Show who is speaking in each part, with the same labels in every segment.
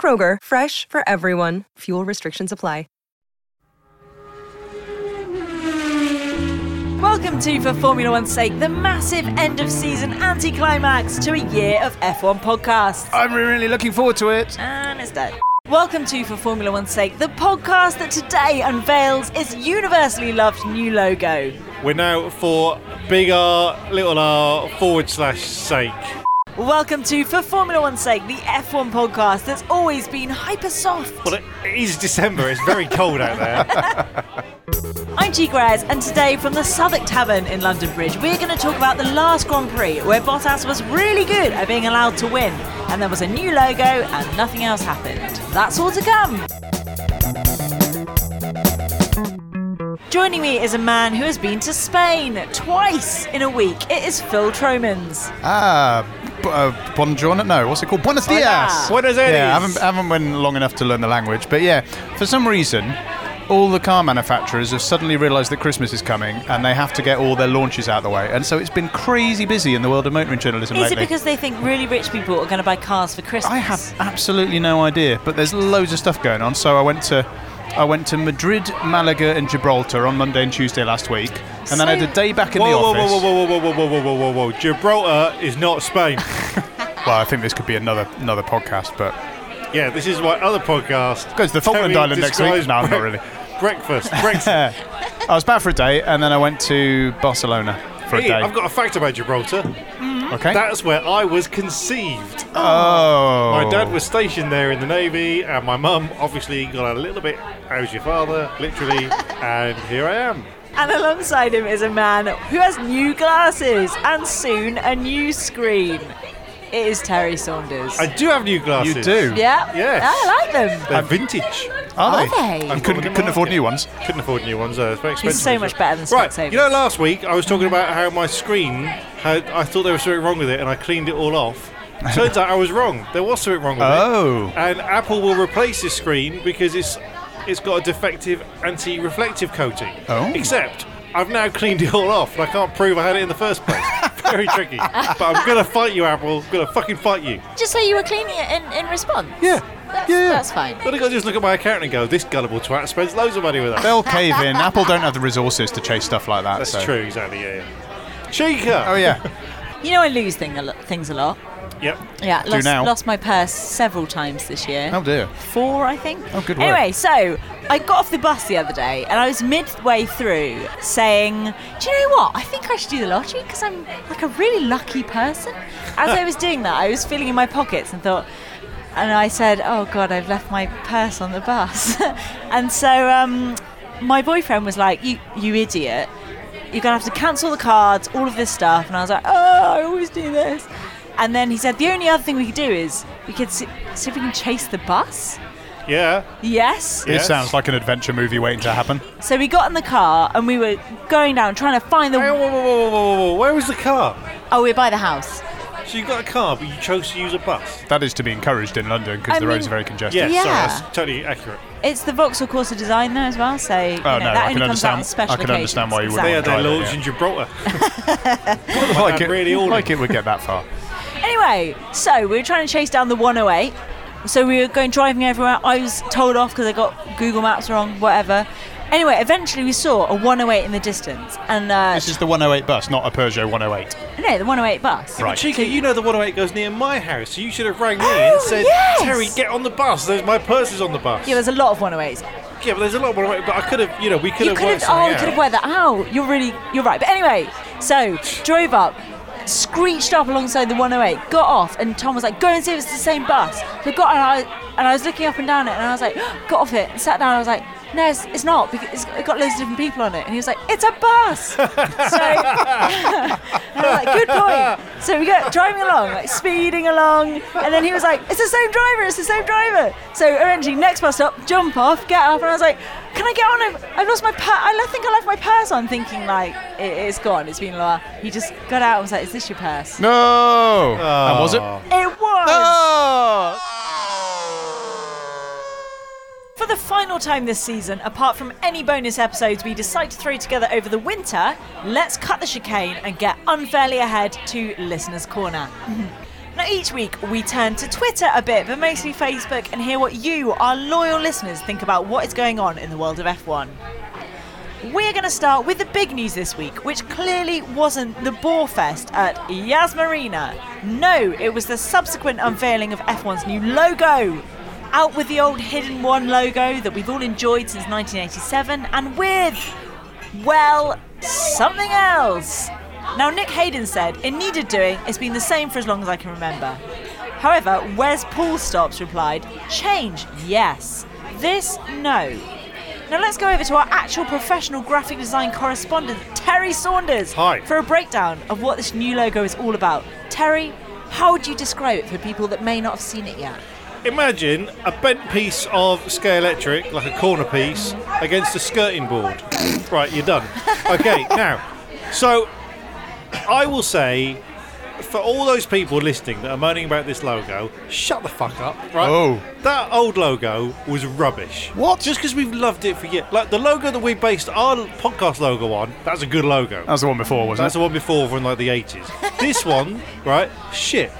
Speaker 1: Kroger, fresh for everyone. Fuel restrictions apply.
Speaker 2: Welcome to, for Formula One's sake, the massive end of season anticlimax to a year of F1 podcasts.
Speaker 3: I'm really looking forward to it.
Speaker 2: And it's dead. Welcome to, for Formula One's sake, the podcast that today unveils its universally loved new logo.
Speaker 3: We're now for big R, little r, forward slash sake.
Speaker 2: Welcome to, for Formula One's sake, the F1 podcast that's always been hyper soft.
Speaker 3: Well, it is December. It's very cold out there.
Speaker 2: I'm G Grez, and today from the Southwark Tavern in London Bridge, we're going to talk about the last Grand Prix where Bottas was really good at being allowed to win, and there was a new logo and nothing else happened. That's all to come. Joining me is a man who has been to Spain twice in a week. It is Phil Tromans.
Speaker 4: Ah, b- uh, buongiorno. No, what's it called? Buenos dias.
Speaker 3: Buenos Aires.
Speaker 4: Yeah, I haven't, I haven't been long enough to learn the language, but yeah, for some reason, all the car manufacturers have suddenly realised that Christmas is coming, and they have to get all their launches out of the way, and so it's been crazy busy in the world of motoring journalism
Speaker 2: Is it
Speaker 4: lately.
Speaker 2: because they think really rich people are going to buy cars for Christmas?
Speaker 4: I have absolutely no idea, but there's loads of stuff going on. So I went to I went to Madrid, Malaga, and Gibraltar on Monday and Tuesday last week, and then I had a day back in
Speaker 3: Whoa,
Speaker 4: the
Speaker 3: whoa,
Speaker 4: office.
Speaker 3: whoa, whoa, whoa, whoa, whoa, whoa, whoa, whoa, whoa, whoa. Gibraltar is not Spain.
Speaker 4: Well, I think this could be another another podcast, but
Speaker 3: yeah, this is my other podcast.
Speaker 4: Goes to the Falkland
Speaker 3: Terry
Speaker 4: Island next week.
Speaker 3: describes
Speaker 4: No, I'm not
Speaker 3: brec-
Speaker 4: really.
Speaker 3: Breakfast. Brexit.
Speaker 4: I was back for a day, and then I went to Barcelona for a
Speaker 3: Hey,
Speaker 4: day. Mm-hmm.
Speaker 3: I've got a fact about Gibraltar. Mm-hmm.
Speaker 4: okay.
Speaker 3: That's where I was conceived.
Speaker 4: oh,
Speaker 3: My dad was stationed there in the Navy, and my mum obviously got a little bit, how's your father? Literally, and here I am.
Speaker 2: And alongside him is a man who has new glasses and soon a new screen. It is Terry Saunders.
Speaker 3: I do have new glasses.
Speaker 4: You do.
Speaker 2: yeah,
Speaker 3: Yes.
Speaker 2: I like them.
Speaker 3: They're vintage.
Speaker 4: Are they?
Speaker 5: Hey.
Speaker 3: I
Speaker 4: You couldn't, couldn't afford new ones.
Speaker 3: Couldn't afford new ones. Uh, it's very expensive.
Speaker 2: It's so much better than
Speaker 3: Right,
Speaker 2: Specsavers.
Speaker 3: you know, last week I was talking about how my screen had. I thought there was something wrong with it, and I cleaned it all off. Turns out I was wrong. There was something wrong with
Speaker 4: Oh.
Speaker 3: it. And Apple will replace this screen because it's it's got a defective anti-reflective coating.
Speaker 4: Oh.
Speaker 3: Except I've now cleaned it all off, and I can't prove I had it in the first place. Very tricky. But I'm gonna fight you, Apple. I'm gonna fucking fight you.
Speaker 5: Just say you were cleaning it in, in response.
Speaker 3: Yeah.
Speaker 5: That's,
Speaker 3: yeah.
Speaker 5: that's fine.
Speaker 3: Then I gotta just look at my account and go, this gullible twat spends loads of money with us.
Speaker 4: They'll cave in. Apple don't have the resources to chase stuff like that.
Speaker 3: That's
Speaker 4: so.
Speaker 3: true, exactly. Yeah. yeah. Chica.
Speaker 4: Oh yeah.
Speaker 2: You know I lose thing a lo- things a lot.
Speaker 3: Yep.
Speaker 2: Yeah, lost,
Speaker 4: now?
Speaker 2: lost my purse several times this year.
Speaker 4: Oh dear.
Speaker 2: Four, I think.
Speaker 4: Oh, good work.
Speaker 2: Anyway, so I got off the bus the other day and I was midway through saying, Do you know what? I think I should do the lottery because I'm like a really lucky person. As I was doing that, I was feeling in my pockets and thought, and I said, "Oh God, I've left my purse on the bus," and so um, my boyfriend was like, "You, you idiot! You're gonna have to cancel the cards, all of this stuff." And I was like, "Oh, I always do this." And then he said, "The only other thing we could do is we could see, see if we can chase the bus."
Speaker 3: Yeah.
Speaker 2: Yes.
Speaker 4: It
Speaker 3: Yes.
Speaker 4: sounds like an adventure movie waiting to happen.
Speaker 2: So we got in the car and we were going down trying to find
Speaker 3: Hey,
Speaker 2: the.
Speaker 3: whoa, whoa, whoa, whoa, whoa, whoa. Where was the car?
Speaker 2: Oh, we we're by the house.
Speaker 3: So you got a car, but you chose to use a bus.
Speaker 4: That is to be encouraged in London because
Speaker 2: I
Speaker 4: the roads are
Speaker 2: mean-
Speaker 4: very congested.
Speaker 3: Yeah,
Speaker 2: Yeah.
Speaker 3: sorry, that's totally accurate.
Speaker 2: It's the Vauxhall Corsa design though as well, so you know,
Speaker 4: Oh, no,
Speaker 2: that
Speaker 4: I
Speaker 2: only
Speaker 4: can
Speaker 2: comes out on
Speaker 4: understand-
Speaker 2: special
Speaker 4: I can
Speaker 2: occasions.
Speaker 4: understand why you wouldn't
Speaker 3: They had their
Speaker 4: Right,
Speaker 3: launch
Speaker 4: yeah.
Speaker 3: in Gibraltar.
Speaker 4: like
Speaker 3: that
Speaker 4: it,
Speaker 3: really all
Speaker 4: like it would get that far.
Speaker 2: Anyway, so we were trying to chase down the 108. So we were going driving everywhere. I was told off because I got Google Maps wrong, whatever. Anyway, eventually we saw a 108 in the distance, and uh,
Speaker 4: This is the 108 bus, not a Peugeot 108.
Speaker 2: no, the 108 bus.
Speaker 4: Right.
Speaker 3: Chica, you know the 108 goes near my house, so you should have rang me and said,
Speaker 2: yes!
Speaker 3: Terry, get on the bus. There's my purse is on the bus.
Speaker 2: Yeah, there's a lot of 108s.
Speaker 3: Yeah, but there's a lot of 108, but I could have, you know, we could
Speaker 2: You
Speaker 3: have
Speaker 2: could
Speaker 3: worked
Speaker 2: have, oh,
Speaker 3: something
Speaker 2: you could have
Speaker 3: out.
Speaker 2: worked that out. You're really, you're right. But anyway, so drove up, screeched up alongside the 108, got off, and Tom was like, "Go and see if it's the same bus." So I got and I and I was looking up and down it, and I was like, got off it, and sat down. And I was like, "No, it's, it's not because it's got loads of different people on it." And he was like, "It's a bus." so and I was like, "Good point." So we go driving along, like speeding along, and then he was like, "It's the same driver. It's the same driver." So eventually, next bus stop, jump off, get off, and I was like, "Can I get on?" I've- I've lost my purse. I lo- think I left my purse on, thinking like it, it's gone. It's been a while. He just got out and was like, "Is this your purse?"
Speaker 4: No!
Speaker 3: Ah!
Speaker 4: And was it?
Speaker 2: It was.
Speaker 4: Oh.
Speaker 2: For the final time this season, apart from any bonus episodes we decide to throw together over the winter, let's cut the chicane and get unfairly ahead to Listener's Corner. now, each week we turn to Twitter a bit, but mostly Facebook, and hear what you, our loyal listeners, think about what is going on in the world of F1. We're going to start with the big news this week, which clearly wasn't the Boar Fest at Yas Marina. No, it was the subsequent unveiling of F1's new logo. Out with the old Hidden One logo that we've all enjoyed since 1987, and with, well, something else. Now, Nick Hayden said, It needed doing, it's been the same for as long as I can remember. However, where's Paul Stops replied, Change, yes. This, no. Now let's go over to our actual professional graphic design correspondent, Terry Saunders.
Speaker 3: Hi.
Speaker 2: For a breakdown of what this new logo is all about. Terry, how would you describe it for people that may not have seen it yet?
Speaker 3: Imagine a bent piece of Sky Electric, like a corner piece, against a skirting board. right, you're done. Okay, now, so I will say, for all those people listening that are moaning about this logo, shut the fuck up, right?
Speaker 4: Oh.
Speaker 3: That old logo was rubbish.
Speaker 4: What?
Speaker 3: Just because we've loved it for years. Like, the logo that we based our podcast logo on, that's a good logo.
Speaker 4: That was the one before, wasn't
Speaker 3: That's the one before from like the 80s. this one, right? Shit.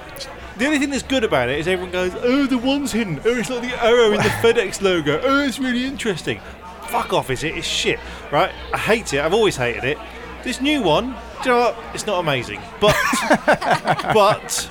Speaker 3: The only thing that's good about it is everyone goes, oh, the one's hidden. Oh, it's like the arrow in the FedEx logo. Oh, it's really interesting. Fuck off, is it? It's shit, right? I hate it. I've always hated it. This new one, do you know what? It's not amazing, but but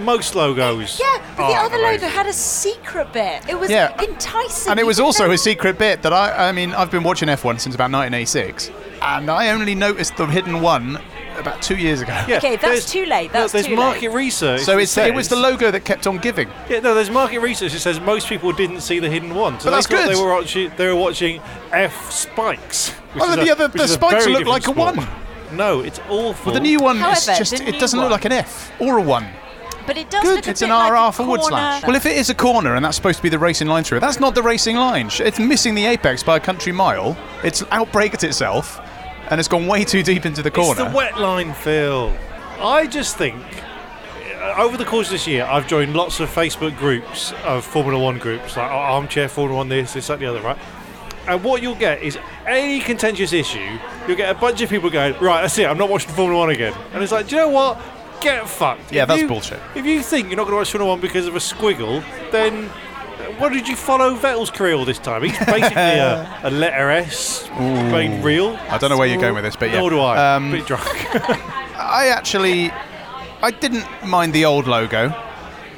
Speaker 3: most logos.
Speaker 2: Yeah, but the
Speaker 3: are
Speaker 2: other
Speaker 3: amazing.
Speaker 2: logo had a secret bit. It was
Speaker 4: Ah, Yeah.
Speaker 2: enticing.
Speaker 4: And it
Speaker 2: You
Speaker 4: was
Speaker 2: didn't
Speaker 4: also
Speaker 2: know-
Speaker 4: a secret bit that I, I mean, I've been watching F1 since about 1986, and I only noticed the hidden one about two years ago.
Speaker 3: Yeah,
Speaker 2: Okay, that's
Speaker 3: there's-
Speaker 2: too late, that's
Speaker 3: there's
Speaker 2: too late.
Speaker 3: market research.
Speaker 4: So
Speaker 3: that
Speaker 4: it's, it was
Speaker 3: says-
Speaker 4: the logo that kept on giving.
Speaker 3: Yeah, no, there's market research that says most people didn't see the hidden one. So
Speaker 4: But
Speaker 3: they
Speaker 4: that's
Speaker 3: thought
Speaker 4: good.
Speaker 3: They were watching. They were watching F spikes. which
Speaker 4: Oh,
Speaker 3: is
Speaker 4: the
Speaker 3: a-
Speaker 4: other-
Speaker 3: which
Speaker 4: the
Speaker 3: is a
Speaker 4: spikes
Speaker 3: very
Speaker 4: look
Speaker 3: different
Speaker 4: like a one.
Speaker 3: sport. No, it's awful.
Speaker 4: But the new one is
Speaker 2: However,
Speaker 4: just,
Speaker 2: the
Speaker 4: it
Speaker 2: new
Speaker 4: doesn't
Speaker 2: one-
Speaker 4: look like an F or a one.
Speaker 2: But it does look
Speaker 4: Good.
Speaker 2: a
Speaker 4: It's
Speaker 2: bit
Speaker 4: an
Speaker 2: like
Speaker 4: RR
Speaker 2: a
Speaker 4: forward
Speaker 2: corner-
Speaker 4: slash. Well, if it is a corner and that's supposed to be the racing line through it, that's not the racing line. Sh- It's missing the apex by a country mile. It's outbraked itself and it's gone way too deep into the
Speaker 3: It's
Speaker 4: corner.
Speaker 3: the wet line, Phil. I just think. uh, Over the course of this year, I've joined lots of Facebook groups of Formula One groups, like Ar- Armchair Formula One, this, this, that, the other, right? And what you'll get is any contentious issue, you'll get a bunch of people going, right, that's it, I'm not watching Formula One again. And it's like, do you know what? Get fucked.
Speaker 4: Yeah,
Speaker 3: If
Speaker 4: that's
Speaker 3: you-
Speaker 4: bullshit.
Speaker 3: If you think you're not going to watch Formula One because of a squiggle, then uh, why did you follow Vettel's career all this time? He's basically a, a letter S made real.
Speaker 4: I don't know where you're going with this, but yeah.
Speaker 3: Nor do I.
Speaker 4: Um,
Speaker 3: bit drunk.
Speaker 4: I actually, I didn't mind the old logo.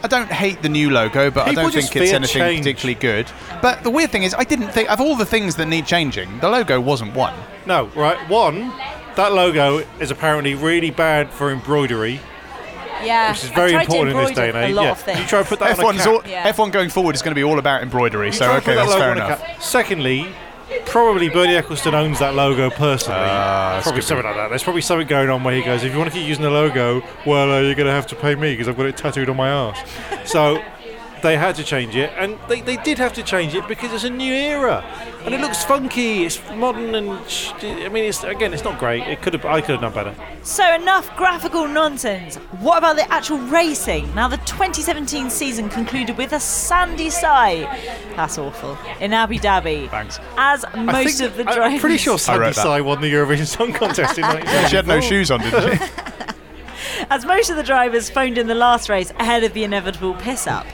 Speaker 4: I don't hate the new logo, but
Speaker 3: People
Speaker 4: I don't
Speaker 3: just
Speaker 4: think it's
Speaker 3: fear
Speaker 4: anything
Speaker 3: change.
Speaker 4: particularly good. But the weird thing is, I didn't think of all the things that need changing. The logo wasn't one.
Speaker 3: No, right. One, that logo is apparently really bad for embroidery.
Speaker 2: Yeah.
Speaker 3: which is very
Speaker 2: I tried to
Speaker 3: important in this day
Speaker 2: embroider
Speaker 3: and age.
Speaker 2: A lot
Speaker 3: yeah.
Speaker 2: of things.
Speaker 3: You try to put that on a
Speaker 4: F1's
Speaker 3: cap.
Speaker 4: all,
Speaker 2: Yeah.
Speaker 4: F1 going forward is going to be all about embroidery, so
Speaker 3: Try and
Speaker 4: okay,
Speaker 3: put that
Speaker 4: that's
Speaker 3: logo
Speaker 4: fair
Speaker 3: on a
Speaker 4: enough.
Speaker 3: cap. Secondly, probably Bernie Ecclestone owns that logo personally.
Speaker 4: Ah,
Speaker 3: probably something like that. There's probably something going on where he goes, if you want to keep using the logo, well, uh, you're going to have to pay me because I've got it tattooed on my arse. so they had to change it, and they, they did have to change it because it's a new era, and it looks funky. It's modern, and sh- I mean, it's again, it's not great. It could have, I could have done better.
Speaker 2: So enough graphical nonsense. What about the actual racing? Now the 2017 season concluded with a sandy sight. That's awful. In Abu Dhabi.
Speaker 4: Thanks.
Speaker 2: As
Speaker 3: I
Speaker 2: most
Speaker 3: think-
Speaker 2: of the drivers.
Speaker 3: I'm pretty sure Sandy
Speaker 4: wrote that.
Speaker 3: Sai won the Eurovision Song Contest in
Speaker 4: She had no
Speaker 3: 1994.
Speaker 4: shoes on, didn't she?
Speaker 2: As most of the drivers phoned in the last race ahead of the inevitable piss up.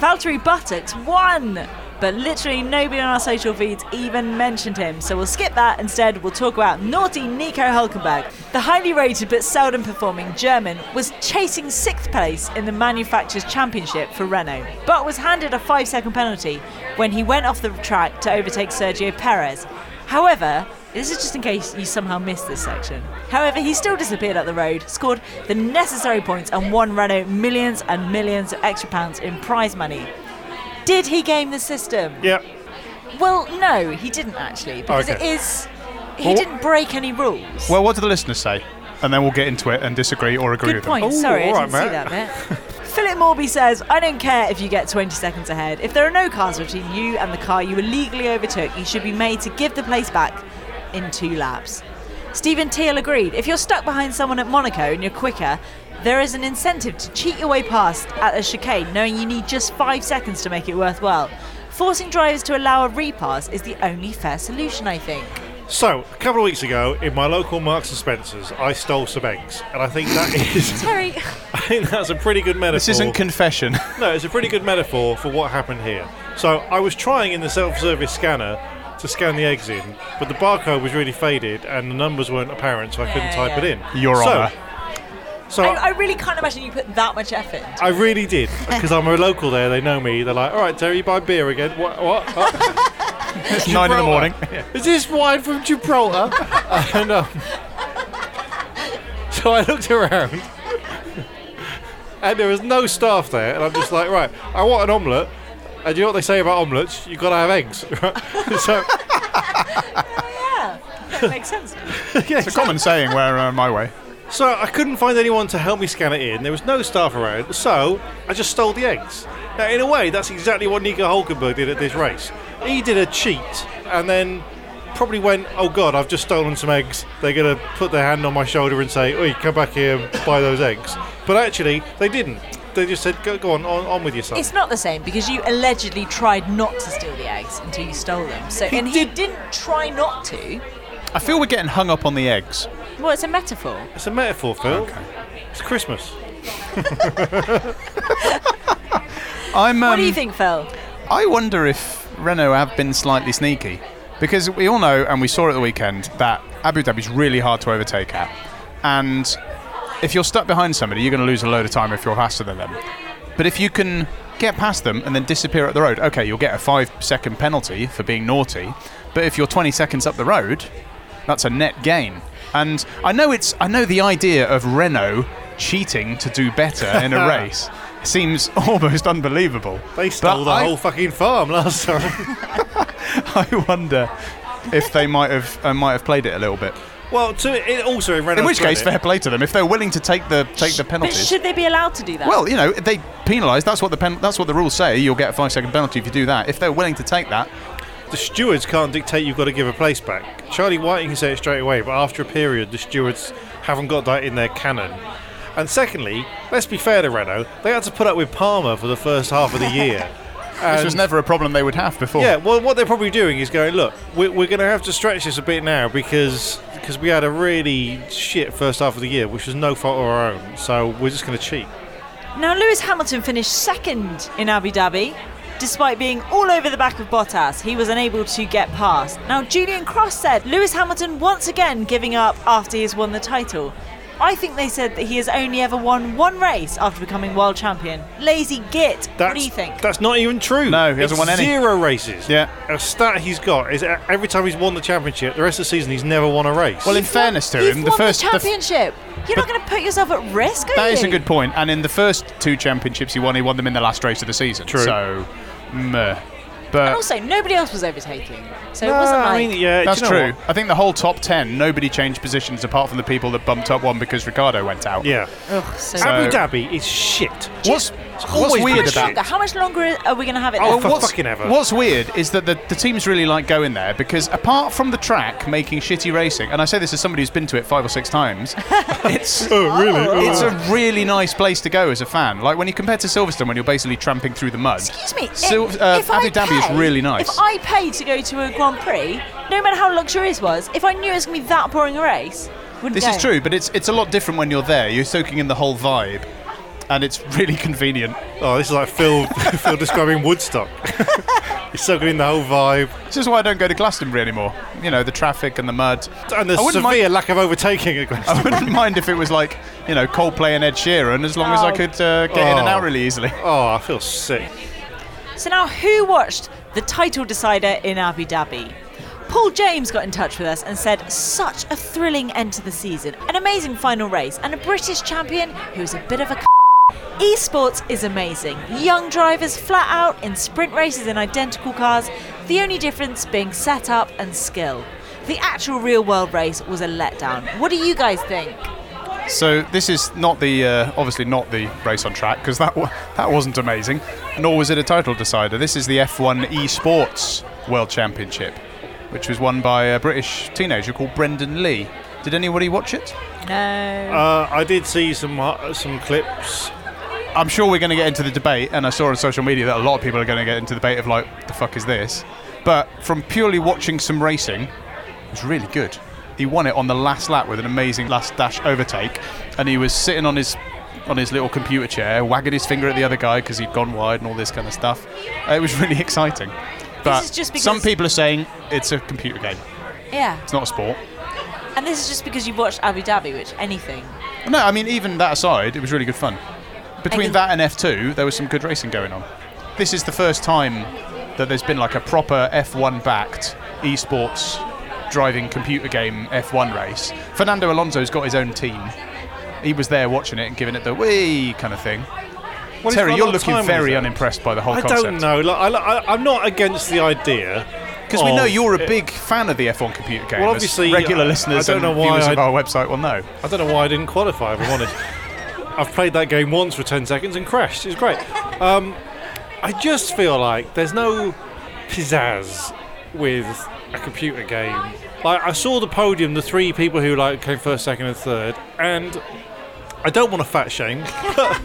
Speaker 2: Valtteri Buttocks won, but literally nobody on our social feeds even mentioned him, so we'll skip that. Instead, we'll talk about naughty Nico Hulkenberg. The highly rated but seldom performing German was chasing sixth place in the Manufacturers' Championship for Renault, but was handed a five second penalty when he went off the track to overtake Sergio Perez. However, this is just in case you somehow missed this section. However, he still disappeared up the road, scored the necessary points, and won Renault millions and millions of extra pounds in prize money. Did he game the system?
Speaker 3: Yep.
Speaker 2: Well, no, he didn't actually, because
Speaker 3: Okay.
Speaker 2: it is. He
Speaker 4: Well-
Speaker 2: didn't break any rules.
Speaker 4: Well, what do the listeners say? And then we'll get into it and disagree or agree
Speaker 2: Good
Speaker 4: with
Speaker 2: point.
Speaker 4: them.
Speaker 2: Sorry, I
Speaker 3: all
Speaker 2: didn't
Speaker 3: right,
Speaker 2: see that bit. Philip Morby says, I don't care if you get 20 seconds ahead. If there are no cars between you and the car you illegally overtook, you should be made to give the place back in two laps. Stephen Teal agreed. If you're stuck behind someone at Monaco and you're quicker, there is an incentive to cheat your way past at a chicane, knowing you need just five seconds to make it worthwhile. Forcing drivers to allow a repass is the only fair solution, I think.
Speaker 3: So, a couple of weeks ago, in my local Marks and Spencers, I stole some eggs, and I think that is,
Speaker 5: Sorry.
Speaker 3: I think that's a pretty good metaphor.
Speaker 4: This isn't confession.
Speaker 3: no, it's a pretty good metaphor for what happened here. So, I was trying in the self-service scanner to scan the eggs in, but the barcode was really faded, and the numbers weren't apparent, so I couldn't
Speaker 2: Yeah,
Speaker 3: type it
Speaker 2: yeah.
Speaker 3: in.
Speaker 4: Your
Speaker 3: so,
Speaker 4: honour.
Speaker 3: So,
Speaker 2: I, I really can't imagine you put that much effort into
Speaker 3: I really did because I'm a local there. They know me. They're like, "All right, Terry, you buy beer again." What? What? Oh,
Speaker 4: it's nine in the morning.
Speaker 3: is this wine from Gibraltar? and um, so I looked around, and there was no staff there. And I'm just like, "Right, I want an omelette." And you know what they say about omelettes? You've got to have eggs. right? so
Speaker 2: it. That makes sense.
Speaker 4: It's a common saying where uh, my way.
Speaker 3: So I couldn't find anyone to help me scan it in. There was no staff around, so I just stole the eggs. Now, in a way, that's exactly what Nico Hulkenberg did at this race. He did a cheat and then probably went, "Oh God, I've just stolen some eggs." They're gonna put their hand on my shoulder and say, "Oi, come back here, and buy those eggs." But actually, they didn't. They just said, "Go, go on, on, on with your son."
Speaker 2: It's not the same because you allegedly tried not to steal the eggs until you stole them. So and he didn't try not to.
Speaker 4: I feel we're getting hung up on the eggs.
Speaker 2: Well, it's a metaphor.
Speaker 3: It's a metaphor, Phil. It's Christmas.
Speaker 4: I'm. Um,
Speaker 2: what do you think, Phil?
Speaker 4: I wonder if Renault have been slightly sneaky because we all know, and we saw at the weekend, that Abu Dhabi's really hard to overtake at. And if you're stuck behind somebody, you're going to lose a load of time if you're faster than them. But if you can get past them and then disappear up the road, okay, you'll get a five second penalty for being naughty. But if you're 20 seconds up the road, that's a net gain. And I know it's I know the idea of Renault cheating to do better in a race seems almost unbelievable.
Speaker 3: They stole
Speaker 4: But
Speaker 3: the
Speaker 4: I-
Speaker 3: whole fucking farm last time.
Speaker 4: I wonder if they might have uh, might have played it a little bit.
Speaker 3: well, to, it also in Renault's
Speaker 4: In which case,
Speaker 3: credit-
Speaker 4: fair play to them if they're willing to take the take the
Speaker 2: But
Speaker 4: penalties.
Speaker 2: should they be allowed to do that?
Speaker 4: Well, you know, they penalise. That's what the pen, that's what the rules say. You'll get a five second penalty if you do that. If they're willing to take that,
Speaker 3: The stewards can't dictate you've got to give a place back. Charlie Whiting can say it straight away, but after a period, the stewards haven't got that in their canon. And secondly, let's be fair to Renault, they had to put up with Palmer for the first half of the year.
Speaker 4: this was never a problem they would have before.
Speaker 3: Yeah, well, what they're probably doing is going, look, we're, we're going to have to stretch this a bit now because because we had a really shit first half of the year, which was no fault of our own. So we're just going to cheat.
Speaker 2: now Lewis Hamilton finished second in Abu Dhabi. Despite being all over the back of Bottas, he was unable to get past. Now, Julian Cross said Lewis Hamilton once again giving up after he's won the title. I think they said that he has only ever won one race after becoming world champion. Lazy git.
Speaker 3: That's,
Speaker 2: what do you think?
Speaker 3: That's not even true.
Speaker 4: No, he hasn't
Speaker 3: It's
Speaker 4: won any.
Speaker 3: Zero races.
Speaker 4: Yeah.
Speaker 3: A stat he's got is uh, every time he's won the championship, the rest of the season he's never won a race.
Speaker 4: Well, in fairness to
Speaker 2: You've
Speaker 4: him, the
Speaker 2: won
Speaker 4: first.
Speaker 2: the
Speaker 4: the f-
Speaker 2: championship. You're not going to put yourself at risk, are
Speaker 4: that is a
Speaker 2: you?
Speaker 4: good point. And in the first two championships he won, he won them in the last race of the season.
Speaker 3: True.
Speaker 4: So, meh. But
Speaker 2: And also, nobody else was overtaking, so
Speaker 3: No,
Speaker 2: it wasn't like
Speaker 3: I mean, yeah, do
Speaker 4: that's
Speaker 3: you know
Speaker 4: true.
Speaker 3: what?
Speaker 4: I think the whole top ten, nobody changed positions apart from the people that bumped up one because Ricardo went out.
Speaker 3: Yeah.
Speaker 2: Ugh, so
Speaker 3: Abu Dhabi is shit.
Speaker 4: What's, what's
Speaker 3: always
Speaker 4: weird
Speaker 3: been
Speaker 4: about
Speaker 3: shit.
Speaker 2: Longer, How much longer are we going to have it?
Speaker 3: Oh,
Speaker 2: there?
Speaker 3: for
Speaker 4: what's,
Speaker 3: fucking ever.
Speaker 4: what's weird is that the, the teams really like going there because apart from the track making shitty racing, and I say this as somebody who's been to it five or six times, it's
Speaker 3: Oh, really?
Speaker 4: it's a really nice place to go as a fan. Like when you compare to Silverstone, when you're basically tramping through the mud.
Speaker 2: Excuse me.
Speaker 4: Sil-
Speaker 2: if-
Speaker 4: uh,
Speaker 2: if I
Speaker 4: Abu Dhabi
Speaker 2: pay-
Speaker 4: is really nice.
Speaker 2: If I paid to go to a Grand Prix, no matter how luxurious it was, if I knew it was going to be that boring a race, wouldn't
Speaker 4: this
Speaker 2: go.
Speaker 4: is true, but it's it's a lot different when you're there. You're soaking in the whole vibe, and it's really convenient.
Speaker 3: Oh, this is like Phil, Phil describing Woodstock. He's soaking in the whole vibe.
Speaker 4: This is why I don't go to Glastonbury anymore. You know, the traffic and the mud.
Speaker 3: And the
Speaker 4: I wouldn't
Speaker 3: severe
Speaker 4: mind- Oh.
Speaker 3: lack of overtaking at Glastonbury.
Speaker 4: I wouldn't mind if it was like, you know, Coldplay and Ed Sheeran, as long as I
Speaker 2: Oh.
Speaker 4: could uh, get in and
Speaker 3: Oh.
Speaker 4: out really easily.
Speaker 3: Oh, I feel sick.
Speaker 2: So now, who watched the title decider in Abu Dhabi? Paul James got in touch with us and said, such a thrilling end to the season, an amazing final race, and a British champion who is a bit of a c- Esports is amazing. Young drivers flat out in sprint races in identical cars, the only difference being setup and skill. The actual real world race was a letdown. What do you guys think?
Speaker 4: So this is not the uh, obviously not the race on track because that wa- that wasn't amazing, nor was it a title decider. This is the F1 Esports World Championship, which was won by a British teenager called Brendan Lee. Did anybody watch it?
Speaker 3: Uh, I did see some uh, some clips.
Speaker 4: I'm sure we're going to get into the debate, and I saw on social media that a lot of people are going to get into the debate of like, the fuck is this? But from purely watching some racing, it was really good. He won it on the last lap with an amazing last dash overtake, and he was sitting on his on his little computer chair, wagging his finger at the other guy because he'd gone wide and all this kind of stuff. Uh, it was really exciting. But
Speaker 2: is just because-
Speaker 4: some people are saying it's a computer game.
Speaker 2: Yeah.
Speaker 4: It's not a sport.
Speaker 2: And this is just because you've watched Abu Dhabi, which anything.
Speaker 4: No, I mean, even that aside, it was really good fun. Between
Speaker 2: think-
Speaker 4: that and F2, there was some good racing going on. This is the first time that there's been like a proper F1 backed esports driving computer game F1 race. Fernando Alonso's got his own team. He was there watching it and giving it the wee kind of thing.
Speaker 3: Well, he's got
Speaker 4: Terry,
Speaker 3: a
Speaker 4: you're
Speaker 3: lot of
Speaker 4: looking
Speaker 3: time
Speaker 4: very
Speaker 3: on his hands.
Speaker 4: unimpressed by the whole
Speaker 3: I
Speaker 4: concept.
Speaker 3: don't know. Like, I, I, I'm not against the idea.
Speaker 4: Because we
Speaker 3: of
Speaker 4: know you're a
Speaker 3: Oh, it-
Speaker 4: big fan of the F1 computer game.
Speaker 3: Well,
Speaker 4: as
Speaker 3: obviously,
Speaker 4: regular
Speaker 3: I- I
Speaker 4: listeners
Speaker 3: don't
Speaker 4: and
Speaker 3: know why
Speaker 4: viewers of
Speaker 3: I-
Speaker 4: our website will know.
Speaker 3: I don't know why I didn't qualify. If I'm honest, I've played that game once for ten seconds and crashed. It's great. Um, I just feel like there's no pizzazz with a computer game. Like I saw the podium, the three people who like came first, second, and third, and I don't want to fat shame,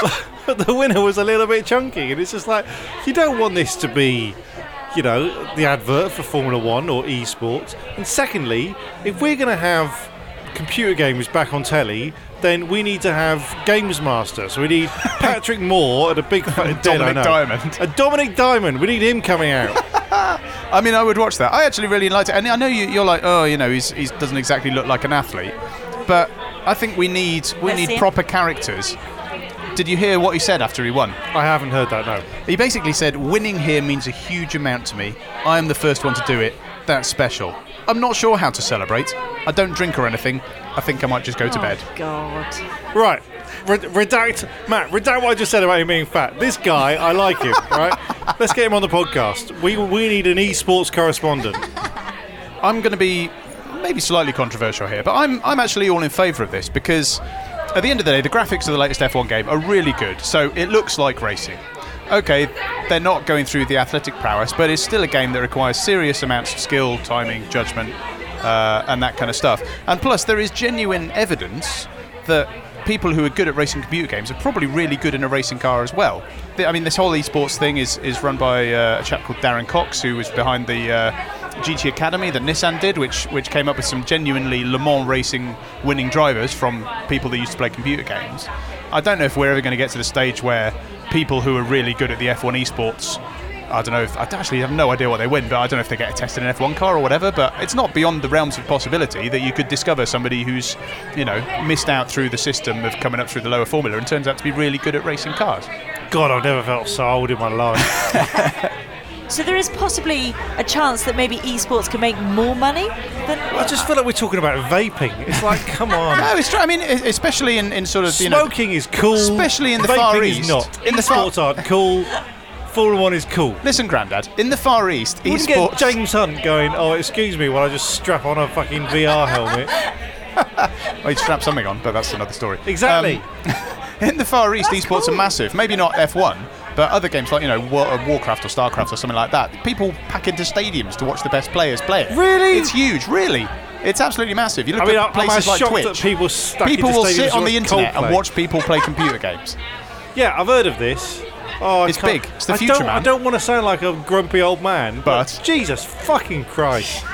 Speaker 3: but, but the winner was a little bit chunky, and it's just like you don't want this to be. You know, the advert for Formula One or esports. And secondly, if we're going to have computer games back on telly, then we need to have Games Master. So we need Patrick Moore at a big fucking dead, I
Speaker 4: Dominic
Speaker 3: know.
Speaker 4: Diamond.
Speaker 3: A Dominic Diamond. We need him coming out.
Speaker 4: I mean, I would watch that. I actually really liked it, and I know you, you're like, oh, you know, he's, he doesn't exactly look like an athlete, but I think we need we
Speaker 2: Let's see
Speaker 4: need
Speaker 2: him.
Speaker 4: proper characters. Did you hear what he said after he won?
Speaker 3: I haven't heard that, no.
Speaker 4: He basically said, "Winning here means a huge amount to me. I am the first one to do it. That's special. I'm not sure how to celebrate. I don't drink or anything. I think I might just go
Speaker 2: Oh.
Speaker 4: to bed."
Speaker 2: God.
Speaker 3: Right. Red- redact, Matt, redact what I just said about him being fat. This guy, I like him, right? Let's get him on the podcast. We, we need an esports correspondent.
Speaker 4: I'm going to be maybe slightly controversial here, but I'm I'm actually all in favour of this because at the end of the day, the graphics of the latest F1 game are really good, so it looks like racing. Okay, they're not going through the athletic prowess, but it's still a game that requires serious amounts of skill, timing, judgment, uh, and that kind of stuff. And plus, there is genuine evidence that people who are good at racing computer games are probably really good in a racing car as well. Th- I mean, this whole esports thing is, is run by uh, a chap called Darren Cox, who was behind the uh, GT Academy that Nissan did, which which came up with some genuinely Le Mans racing winning drivers from people that used to play computer games. I don't know if we're ever going to get to the stage where people who are really good at the F1 esports I don't know if I actually have no idea what they win, but I don't know if they get tested in an F1 car or whatever. But it's not beyond the realms of possibility that you could discover somebody who's, you know, missed out through the system of coming up through the lower formula and turns out to be really good at racing cars.
Speaker 3: God, I've never felt so old in my life.
Speaker 2: So there is possibly a chance that maybe esports can make more money than.
Speaker 3: I just feel like we're talking about vaping. It's like, come
Speaker 4: No,
Speaker 3: on.
Speaker 4: it's true. I mean, e- especially in, in sort of you know,
Speaker 3: Smoking is cool.
Speaker 4: especially in the
Speaker 3: Vaping
Speaker 4: Far
Speaker 3: is
Speaker 4: East.
Speaker 3: not.
Speaker 4: In the
Speaker 3: In the
Speaker 4: Far-
Speaker 3: sports aren't cool. Formula One is cool.
Speaker 4: Listen, Grandad, in the Far East,
Speaker 3: Wouldn't get
Speaker 4: esports.
Speaker 3: James Hunt going, oh, excuse me, while I just strap on a fucking VR helmet.
Speaker 4: Well, he'd strap Oh, something on, but that's another story.
Speaker 3: Exactly.
Speaker 4: Um, in the Far East, esports are massive. Maybe not F1, but other games like you know War- uh, Warcraft or Starcraft or something like that. People pack into stadiums to watch the best players play it.
Speaker 3: Really?
Speaker 4: It's huge. Really. It's absolutely massive. You look
Speaker 3: I mean,
Speaker 4: at
Speaker 3: I'm- I'm
Speaker 4: places like
Speaker 3: shocked
Speaker 4: Twitch.
Speaker 3: that people stuck
Speaker 4: People
Speaker 3: into
Speaker 4: will
Speaker 3: stadiums
Speaker 4: sit
Speaker 3: to
Speaker 4: on the
Speaker 3: watch
Speaker 4: internet and
Speaker 3: Coldplay.
Speaker 4: watch people play computer games.
Speaker 3: yeah, I've heard of this. Oh, I
Speaker 4: It's
Speaker 3: can't-
Speaker 4: big. It's the
Speaker 3: I
Speaker 4: future,
Speaker 3: don't,
Speaker 4: man.
Speaker 3: I don't want to sound like a grumpy old man,
Speaker 4: But-
Speaker 3: Jesus fucking Christ.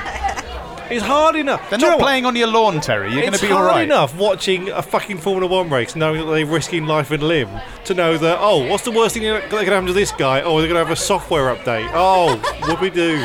Speaker 3: it's hard enough.
Speaker 4: They're
Speaker 3: Do you
Speaker 4: not
Speaker 3: know what?
Speaker 4: playing on your lawn, Terry. You're going
Speaker 3: it's
Speaker 4: to be all
Speaker 3: hard
Speaker 4: right.
Speaker 3: enough watching a fucking Formula One race, knowing that they're risking life and limb, to know that oh, what's the worst thing that that can happen to this guy? Oh, they're gonna have a software update. Oh, what we do?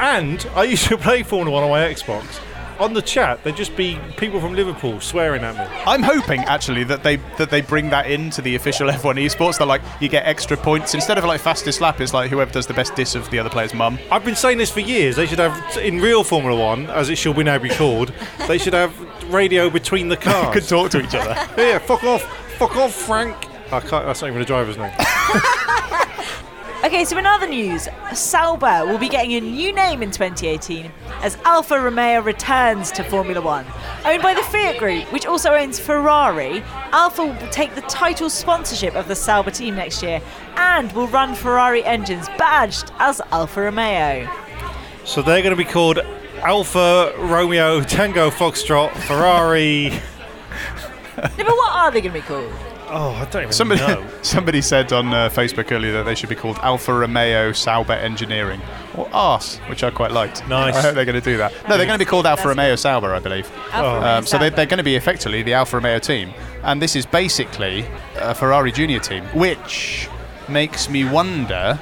Speaker 3: And I used to play Formula One on my Xbox. On the chat, there'd just be people from Liverpool swearing at me.
Speaker 4: I'm hoping actually that they that they bring that into the official F1 esports. They're like you get extra points instead of like fastest lap. It's like whoever does the best diss of the other player's mum.
Speaker 3: I've been saying this for years. They should have in real Formula One, as it should be now be called. they should have radio between the cars.
Speaker 4: Could talk to each other.
Speaker 3: yeah, fuck off, fuck off, Frank. I can't. That's not even a driver's name.
Speaker 2: Okay, so in other news, Sauber will be getting a new name in 2018 as Alfa Romeo returns to Formula One. Owned by the Fiat Group, which also owns Ferrari, Alfa will take the title sponsorship of the Sauber team next year and will run Ferrari engines badged as Alfa Romeo.
Speaker 3: So they're going to be called Alpha Romeo Tango Foxtrot Ferrari.
Speaker 2: No, but what are they going to be called?
Speaker 3: oh, I don't even
Speaker 4: Somebody
Speaker 3: know.
Speaker 4: somebody said on uh, Facebook earlier that they should be called Alfa Romeo Sauber Engineering or ARS, which I quite liked.
Speaker 3: Nice.
Speaker 4: I hope they're going to do that. No, they're going to be called Alfa Romeo Sauber, I believe.
Speaker 2: Alfa
Speaker 4: Um, so they,
Speaker 2: Romeo
Speaker 4: they're going to be effectively the Alfa Romeo team, and this is basically a Ferrari Junior team, which makes me wonder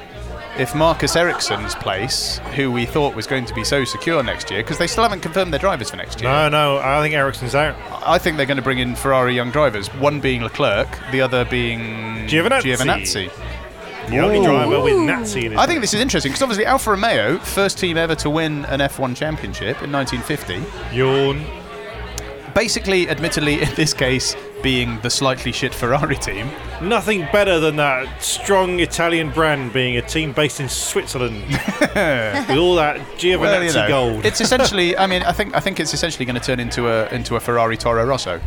Speaker 4: if Marcus Ericsson's place, who we thought was going to be so secure next year, because they still haven't confirmed their drivers for next year.
Speaker 3: No, no, I think Ericsson's out.
Speaker 4: I think they're going to bring in Ferrari young drivers, one being Leclerc, the other being
Speaker 3: Giovinazzi. The only driver with Nazi in his
Speaker 4: I think this is interesting because obviously Alfa Romeo, first team ever to win an F1 championship in 1950,
Speaker 3: yawn.
Speaker 4: basically, admittedly, in this case, being the slightly shit Ferrari team.
Speaker 3: Nothing better than that strong Italian brand being a team based in Switzerland with all that Giovinazzi
Speaker 4: Well, you know,
Speaker 3: gold.
Speaker 4: It's essentially. I mean, I think I think it's essentially going to turn into a into a Ferrari Toro Rosso.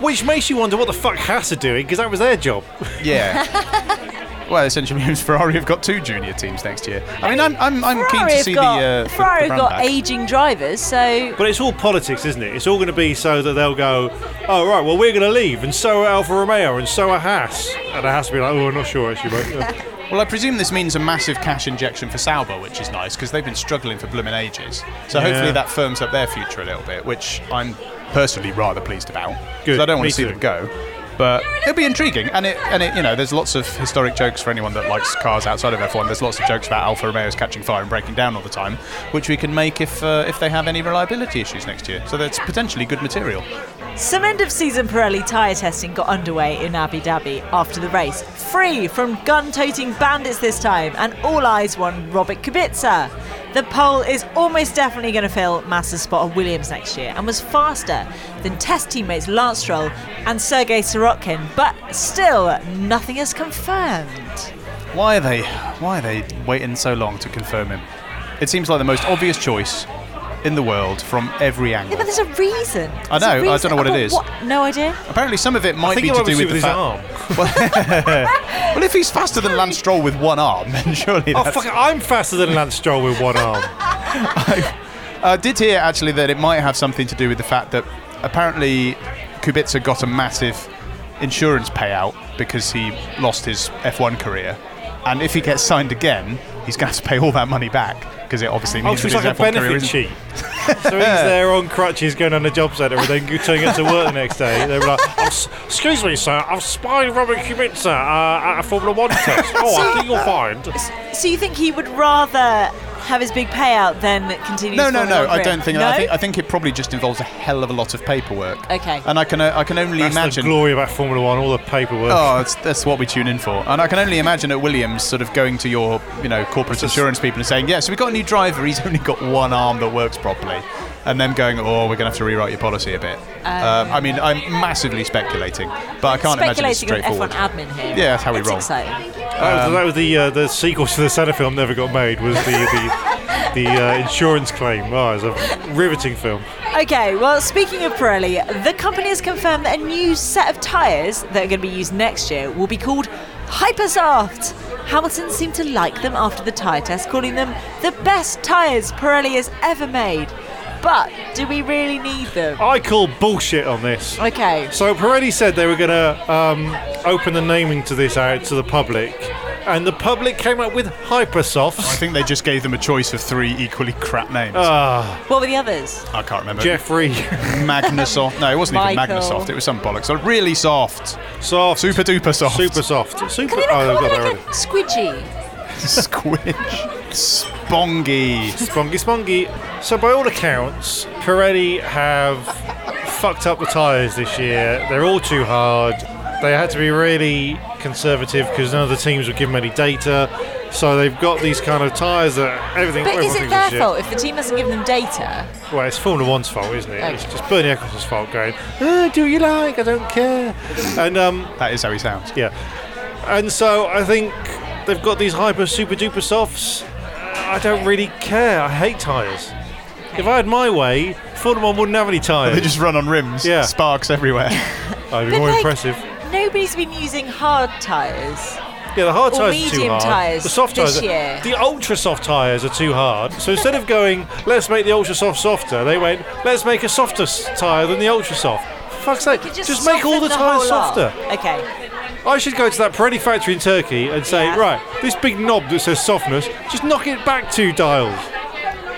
Speaker 3: Which makes you wonder what the fuck Haas are doing because that was their job.
Speaker 4: Yeah. well, essentially means Ferrari have got two junior teams next year. I mean, I'm I'm, I'm keen
Speaker 2: Ferrari
Speaker 4: to
Speaker 2: have
Speaker 4: see
Speaker 2: got,
Speaker 4: the uh, the- the
Speaker 2: Ferrari have
Speaker 4: brand
Speaker 2: got
Speaker 4: back.
Speaker 2: aging drivers, so
Speaker 3: But it's all politics, isn't it? It's all going to be so that they'll go, oh, right, well, we're going to leave, and so are Alfa Romeo, and so are Haas. And Haas will be like, oh, I'm not sure, actually, mate.
Speaker 4: Well, I presume this means a massive cash injection for Sauber, which is nice because they've been struggling for blooming ages. So
Speaker 3: Yeah.
Speaker 4: hopefully that firms up their future a little bit, which I'm personally rather pleased about because
Speaker 3: Good,
Speaker 4: I don't want
Speaker 3: me
Speaker 4: to see
Speaker 3: too.
Speaker 4: them go. But it'll be intriguing, and it and it you know there's lots of historic jokes for anyone that likes cars outside of F1. There's lots of jokes about Alfa Romeo's catching fire and breaking down all the time, which we can make if uh, if they have any reliability issues next year. So that's potentially good material.
Speaker 2: Some end of season Pirelli tyre testing got underway in Abu Dhabi after the race. Free from gun toting bandits this time, and all eyes were on Robert Kubica. The pole is almost definitely going to fill Massa's spot on Williams next year and was faster than test teammates Lance Stroll and Sergei Sorokin, but still nothing is confirmed.
Speaker 4: Why are they why are they waiting so long to confirm him? It seems like the most obvious choice in the world from every
Speaker 2: Yeah,
Speaker 4: angle.
Speaker 2: but there's a reason.
Speaker 4: I
Speaker 2: There's a
Speaker 4: know, I don't
Speaker 2: reason.
Speaker 4: know what it
Speaker 2: I've got
Speaker 4: is.
Speaker 2: No idea.
Speaker 4: Apparently some of it might
Speaker 3: think
Speaker 4: be
Speaker 3: it
Speaker 4: to
Speaker 3: might be
Speaker 4: do with,
Speaker 3: with
Speaker 4: the
Speaker 3: his
Speaker 4: fact-
Speaker 3: arm.
Speaker 4: well, if he's faster than Lance Stroll with one arm, then surely
Speaker 3: oh,
Speaker 4: that's-
Speaker 3: fuck, it, I'm faster than Lance Stroll with one arm. Oh,
Speaker 4: I did hear actually that it might have something to do with the fact that apparently Kubica got a massive insurance payout because he lost his F1 career, and if he gets signed again, he's going to have to pay all that money back because it obviously
Speaker 3: Oh,
Speaker 4: means
Speaker 3: so it's
Speaker 4: that
Speaker 3: like a
Speaker 4: his F1 career isn't-
Speaker 3: benefit sheet. So he's there on crutches going on a job centre and then turning up to work the next day. They were like, "I'm s- Excuse me, sir, I've spied Robert Kubica uh, at a Formula One test. Oh, I think you'll find.
Speaker 2: So you think he would rather have his big payout than continue?
Speaker 4: No,
Speaker 2: his
Speaker 4: no,
Speaker 2: Formula
Speaker 4: no.
Speaker 2: One
Speaker 4: I
Speaker 2: career?
Speaker 4: don't think.
Speaker 2: No?
Speaker 4: I think. I think it probably just involves a hell of a lot of paperwork.
Speaker 2: Okay.
Speaker 4: And I can. Uh, I can only
Speaker 3: That's
Speaker 4: imagine.
Speaker 3: the glory about Formula One, all the paperwork.
Speaker 4: Oh, that's, that's what we tune in for. And I can only imagine at Williams sort of going to your, you know, corporate insurance people and saying, yeah, so we've got a new driver. He's only got one arm that works properly. And them going, oh, we're going to have to rewrite your policy a bit. Um, I mean, I'm massively speculating, but I can't imagine it's
Speaker 2: Speculating on
Speaker 4: straightforward.
Speaker 2: F1 admin here.
Speaker 4: Yeah, that's how we roll.
Speaker 2: exciting.
Speaker 3: that, was, that was the uh, the sequel to the Santa film never got made. Was the the, the uh, insurance claim? Oh, it's a riveting film.
Speaker 2: Okay, well, speaking of Pirelli, the company has confirmed that a new set of tyres that are going to be used next year will be called Hypersoft. Hamilton seemed to like them after the tyre test, calling them the best tyres Pirelli has ever made. But do we really need them?
Speaker 3: I call bullshit on this.
Speaker 2: Okay.
Speaker 3: So Pirelli said they were going to um, open the naming to this out to the public, and the public came up with
Speaker 4: I
Speaker 3: Hypersofts.
Speaker 4: think they just gave them a choice of three equally crap names.
Speaker 3: Ah,
Speaker 2: What were the others?
Speaker 4: I can't remember.
Speaker 3: Jeffrey,
Speaker 4: Magnasoft. No, it wasn't even
Speaker 2: Michael.
Speaker 4: Magnasoft. It was some bollocks. Or really soft.
Speaker 3: soft,
Speaker 4: Super duper soft.
Speaker 3: super soft, super. Oh,
Speaker 5: Can they not
Speaker 3: they've
Speaker 5: call
Speaker 3: got
Speaker 5: them
Speaker 3: that
Speaker 5: like
Speaker 3: already.
Speaker 5: a squidgy?
Speaker 4: Squidge. Spongy.
Speaker 3: Spongy Spongy. So, by all accounts, Pirelli have fucked up the tyres this year. They're all too hard. They had to be really conservative because none of the teams would give them any data. So they've got these kind of tyres that everything.
Speaker 2: But is
Speaker 3: everyone
Speaker 2: it
Speaker 3: thinks
Speaker 2: their
Speaker 3: shit.
Speaker 2: fault if the team hasn't given them data?
Speaker 3: Well, it's Formula One's fault, isn't it?
Speaker 2: Okay.
Speaker 3: It's just Bernie Ecclestone's fault going, oh, do you like? I don't care. And um,
Speaker 4: That is how he sounds.
Speaker 3: yeah. And so I think they've got these hyper super duper softs. I don't really care. I hate tyres. If I had my way, Formula One wouldn't have any tyres.
Speaker 4: They just run on rims.
Speaker 3: Yeah.
Speaker 4: Sparks everywhere.
Speaker 3: That'd be
Speaker 2: But,
Speaker 3: more
Speaker 2: like,
Speaker 3: impressive.
Speaker 2: Nobody's been using hard tyres.
Speaker 3: Yeah, the hard
Speaker 2: or
Speaker 3: tyres are too
Speaker 2: medium
Speaker 3: hard.
Speaker 2: tyres
Speaker 3: the soft
Speaker 2: this
Speaker 3: tyres, are-
Speaker 2: year.
Speaker 3: the ultra soft tyres are too hard. So instead of going, let's make the ultra soft softer, they went, let's make a softer s- tyre than the ultra soft. Fuck's sake,
Speaker 2: Could
Speaker 3: just, make all
Speaker 2: soften
Speaker 3: the,
Speaker 2: whole
Speaker 3: tyres
Speaker 2: lot.
Speaker 3: softer.
Speaker 2: Okay.
Speaker 3: I should go to that Pirelli factory in Turkey and say,
Speaker 2: Yeah.
Speaker 3: right, this big knob that says softness, just knock it back two dials.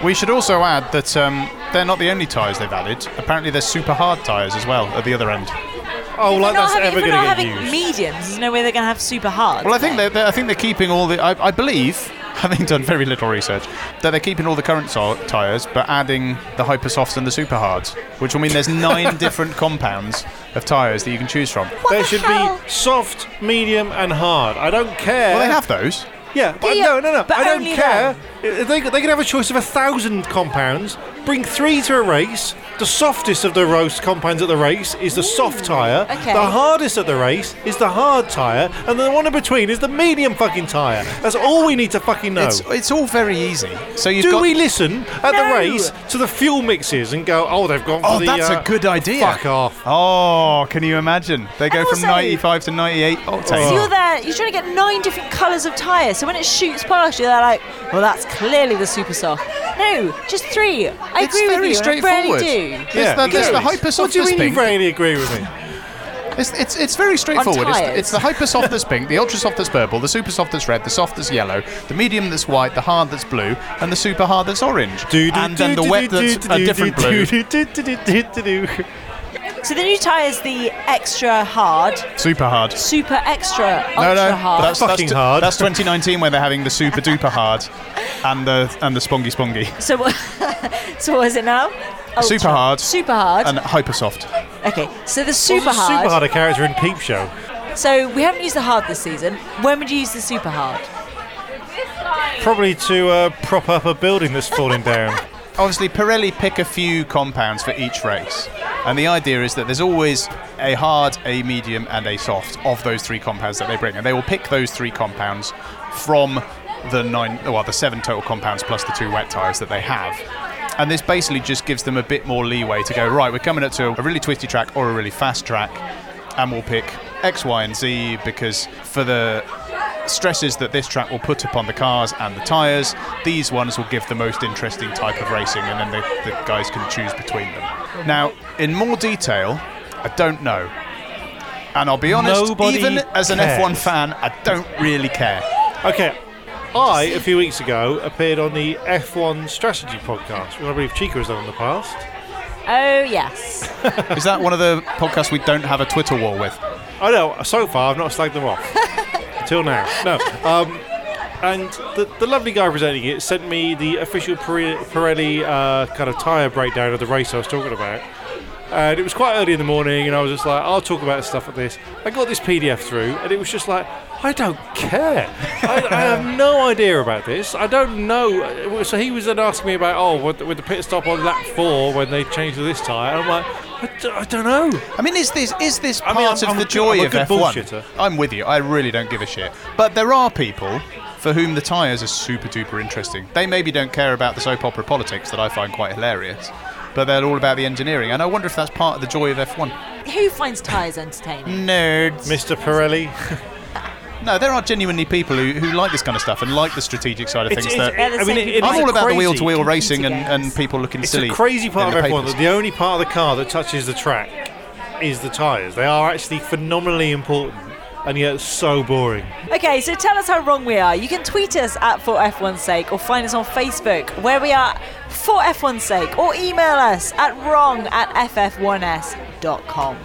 Speaker 4: we should also add that um, they're not the only tyres they've added. Apparently, they're super hard tyres as well at the other end.
Speaker 3: Oh,
Speaker 2: We're not
Speaker 3: like that's
Speaker 2: having,
Speaker 3: ever
Speaker 2: if we're
Speaker 3: going
Speaker 2: not
Speaker 3: to
Speaker 2: having
Speaker 3: get used.
Speaker 2: mediums, there's no way they're going to have super hard.
Speaker 4: Well, I think they're, they're- I think they're keeping all the. I, I believe, having done very little research, that they're keeping all the current so- tyres, but adding the hypersofts and the super hards, which will mean there's nine different compounds of tyres that you can choose from.
Speaker 2: What
Speaker 3: there
Speaker 2: the
Speaker 3: should
Speaker 2: hell?
Speaker 3: be soft, medium, and hard. I don't care.
Speaker 4: Well, they have those.
Speaker 3: Yeah, but
Speaker 2: Yeah,
Speaker 3: no, no, no.
Speaker 2: but
Speaker 3: I don't
Speaker 2: only
Speaker 3: care. I- They, they can have a choice of a thousand compounds. Bring three to a race. The softest of the roast compounds at the race is the soft tyre.
Speaker 2: okay.
Speaker 3: The hardest at the race is the hard tyre. And the one in between is the medium fucking tyre. That's all we need to fucking know.
Speaker 4: It's, it's all very easy. So you've
Speaker 3: Do
Speaker 4: got.
Speaker 3: we listen
Speaker 2: No.
Speaker 3: at the race to the fuel mixes and go, oh, they've gone for
Speaker 4: Oh,
Speaker 3: the.
Speaker 4: that's
Speaker 3: uh,
Speaker 4: a good idea.
Speaker 3: Fuck off.
Speaker 4: Oh, can you imagine? They go
Speaker 2: And
Speaker 4: from
Speaker 2: also-
Speaker 4: 95 to 98
Speaker 2: So
Speaker 4: octane.
Speaker 2: you're there, you're trying to get nine different colours of tyre, so when it shoots past you, they're like, well, that's clearly the super soft. No, just three. I
Speaker 4: It's
Speaker 2: agree
Speaker 4: very
Speaker 2: with you, and I
Speaker 4: straightforward.
Speaker 2: rarely do.
Speaker 4: There's the- there's uh, the
Speaker 3: exactly.
Speaker 4: hypersoft
Speaker 3: What do you
Speaker 4: that's
Speaker 3: mean
Speaker 4: pink.
Speaker 3: you really agree with me?
Speaker 4: It's, it's, it's very straightforward. It's,
Speaker 2: tyres.
Speaker 4: it's the hyper soft that's pink, the ultra soft that's purple, the super soft that's red, the soft that's yellow, the medium that's white, the hard that's blue, and the super hard that's orange. and then the wet that's a different blue.
Speaker 3: blue.
Speaker 2: So the new tyre is the extra hard,
Speaker 4: Super hard.
Speaker 2: super extra,
Speaker 4: No,
Speaker 2: ultra
Speaker 4: no,
Speaker 2: hard.
Speaker 4: that's
Speaker 3: Fucking
Speaker 4: that's,
Speaker 3: hard.
Speaker 4: That's 2019 where they're having the super duper hard, and the and the spongy spongy,
Speaker 2: so, what, so what is it now?
Speaker 4: Super
Speaker 2: Ultra-
Speaker 4: hard.
Speaker 2: Super hard.
Speaker 4: and hyper soft.
Speaker 2: okay, so the super hard.
Speaker 3: Super hard a character in Peep Show.
Speaker 2: So we haven't used the hard this season. When would you use the super hard?
Speaker 3: Probably to uh, prop up a building that's falling down.
Speaker 4: Obviously, Pirelli pick a few compounds for each race, and the idea is that there's always a hard, a medium, and a soft of those three compounds that they bring, and they will pick those three compounds from the nine, well, the seven total compounds plus the two wet tires that they have. And this basically just gives them a bit more leeway to go right. We're coming up to a really twisty track or a really fast track, and we'll pick X, Y, and Z because for the stresses that this track will put upon the cars and the tyres, these ones will give the most interesting type of racing, and then the, the guys can choose between them. Now, in more detail, I don't know. And I'll be honest,
Speaker 3: Nobody
Speaker 4: even as an
Speaker 3: cares.
Speaker 4: F1 fan, I don't really care.
Speaker 3: Okay, I, a few weeks ago, appeared on the F1 strategy podcast, which I believe Chica has done in the past.
Speaker 2: Oh, yes.
Speaker 4: Is that one of the podcasts we don't have a Twitter wall with?
Speaker 3: I know. So far, I've not slagged them off until now. No. Um, and the, the lovely guy presenting it sent me the official Pire- Pirelli uh, kind of tyre breakdown of the race I was talking about. And it was quite early in the morning, and I was just like, I'll talk about stuff like this. I got this PDF through, and it was just like, I don't care. I, I have no idea about this. I don't know. So he was then asking me about, oh, with, with the pit stop on lap four when they changed to this tyre. I'm like, I, d- I don't know.
Speaker 4: I mean, is this is this
Speaker 3: I
Speaker 4: part
Speaker 3: mean, I'm-
Speaker 4: of
Speaker 3: I'm
Speaker 4: the
Speaker 3: a good-
Speaker 4: joy
Speaker 3: I'm a
Speaker 4: of F1?
Speaker 3: good bullshitter.
Speaker 4: I'm with you. I really don't give a shit. But there are people for whom the tyres are super duper interesting. They maybe don't care about the soap opera politics that I find quite hilarious, but they're all about the engineering. And I wonder if that's part of the joy of F1.
Speaker 2: Who finds tyres entertaining?
Speaker 4: Nerds.
Speaker 3: Mr. Pirelli.
Speaker 4: No, there are genuinely people who, who like this kind of stuff and like the strategic side of
Speaker 3: It's-
Speaker 4: things.
Speaker 3: it's-
Speaker 4: that
Speaker 2: They're the
Speaker 3: I mean,
Speaker 2: same
Speaker 3: it-
Speaker 2: people.
Speaker 4: I'm
Speaker 3: it's
Speaker 4: all about the
Speaker 3: crazy.
Speaker 4: wheel to wheel racing and,
Speaker 2: games.
Speaker 4: and people looking
Speaker 3: It's
Speaker 4: silly.
Speaker 3: a crazy part
Speaker 4: in
Speaker 3: of
Speaker 4: the
Speaker 3: F1
Speaker 4: papers.
Speaker 3: that the only part of the car that touches the track is the tyres. They are actually phenomenally important and yet so boring.
Speaker 2: Okay, so tell us how wrong we are. You can tweet us at For F1's Sake or find us on Facebook where we are For F1's Sake or email us at wrong at ff1s.com.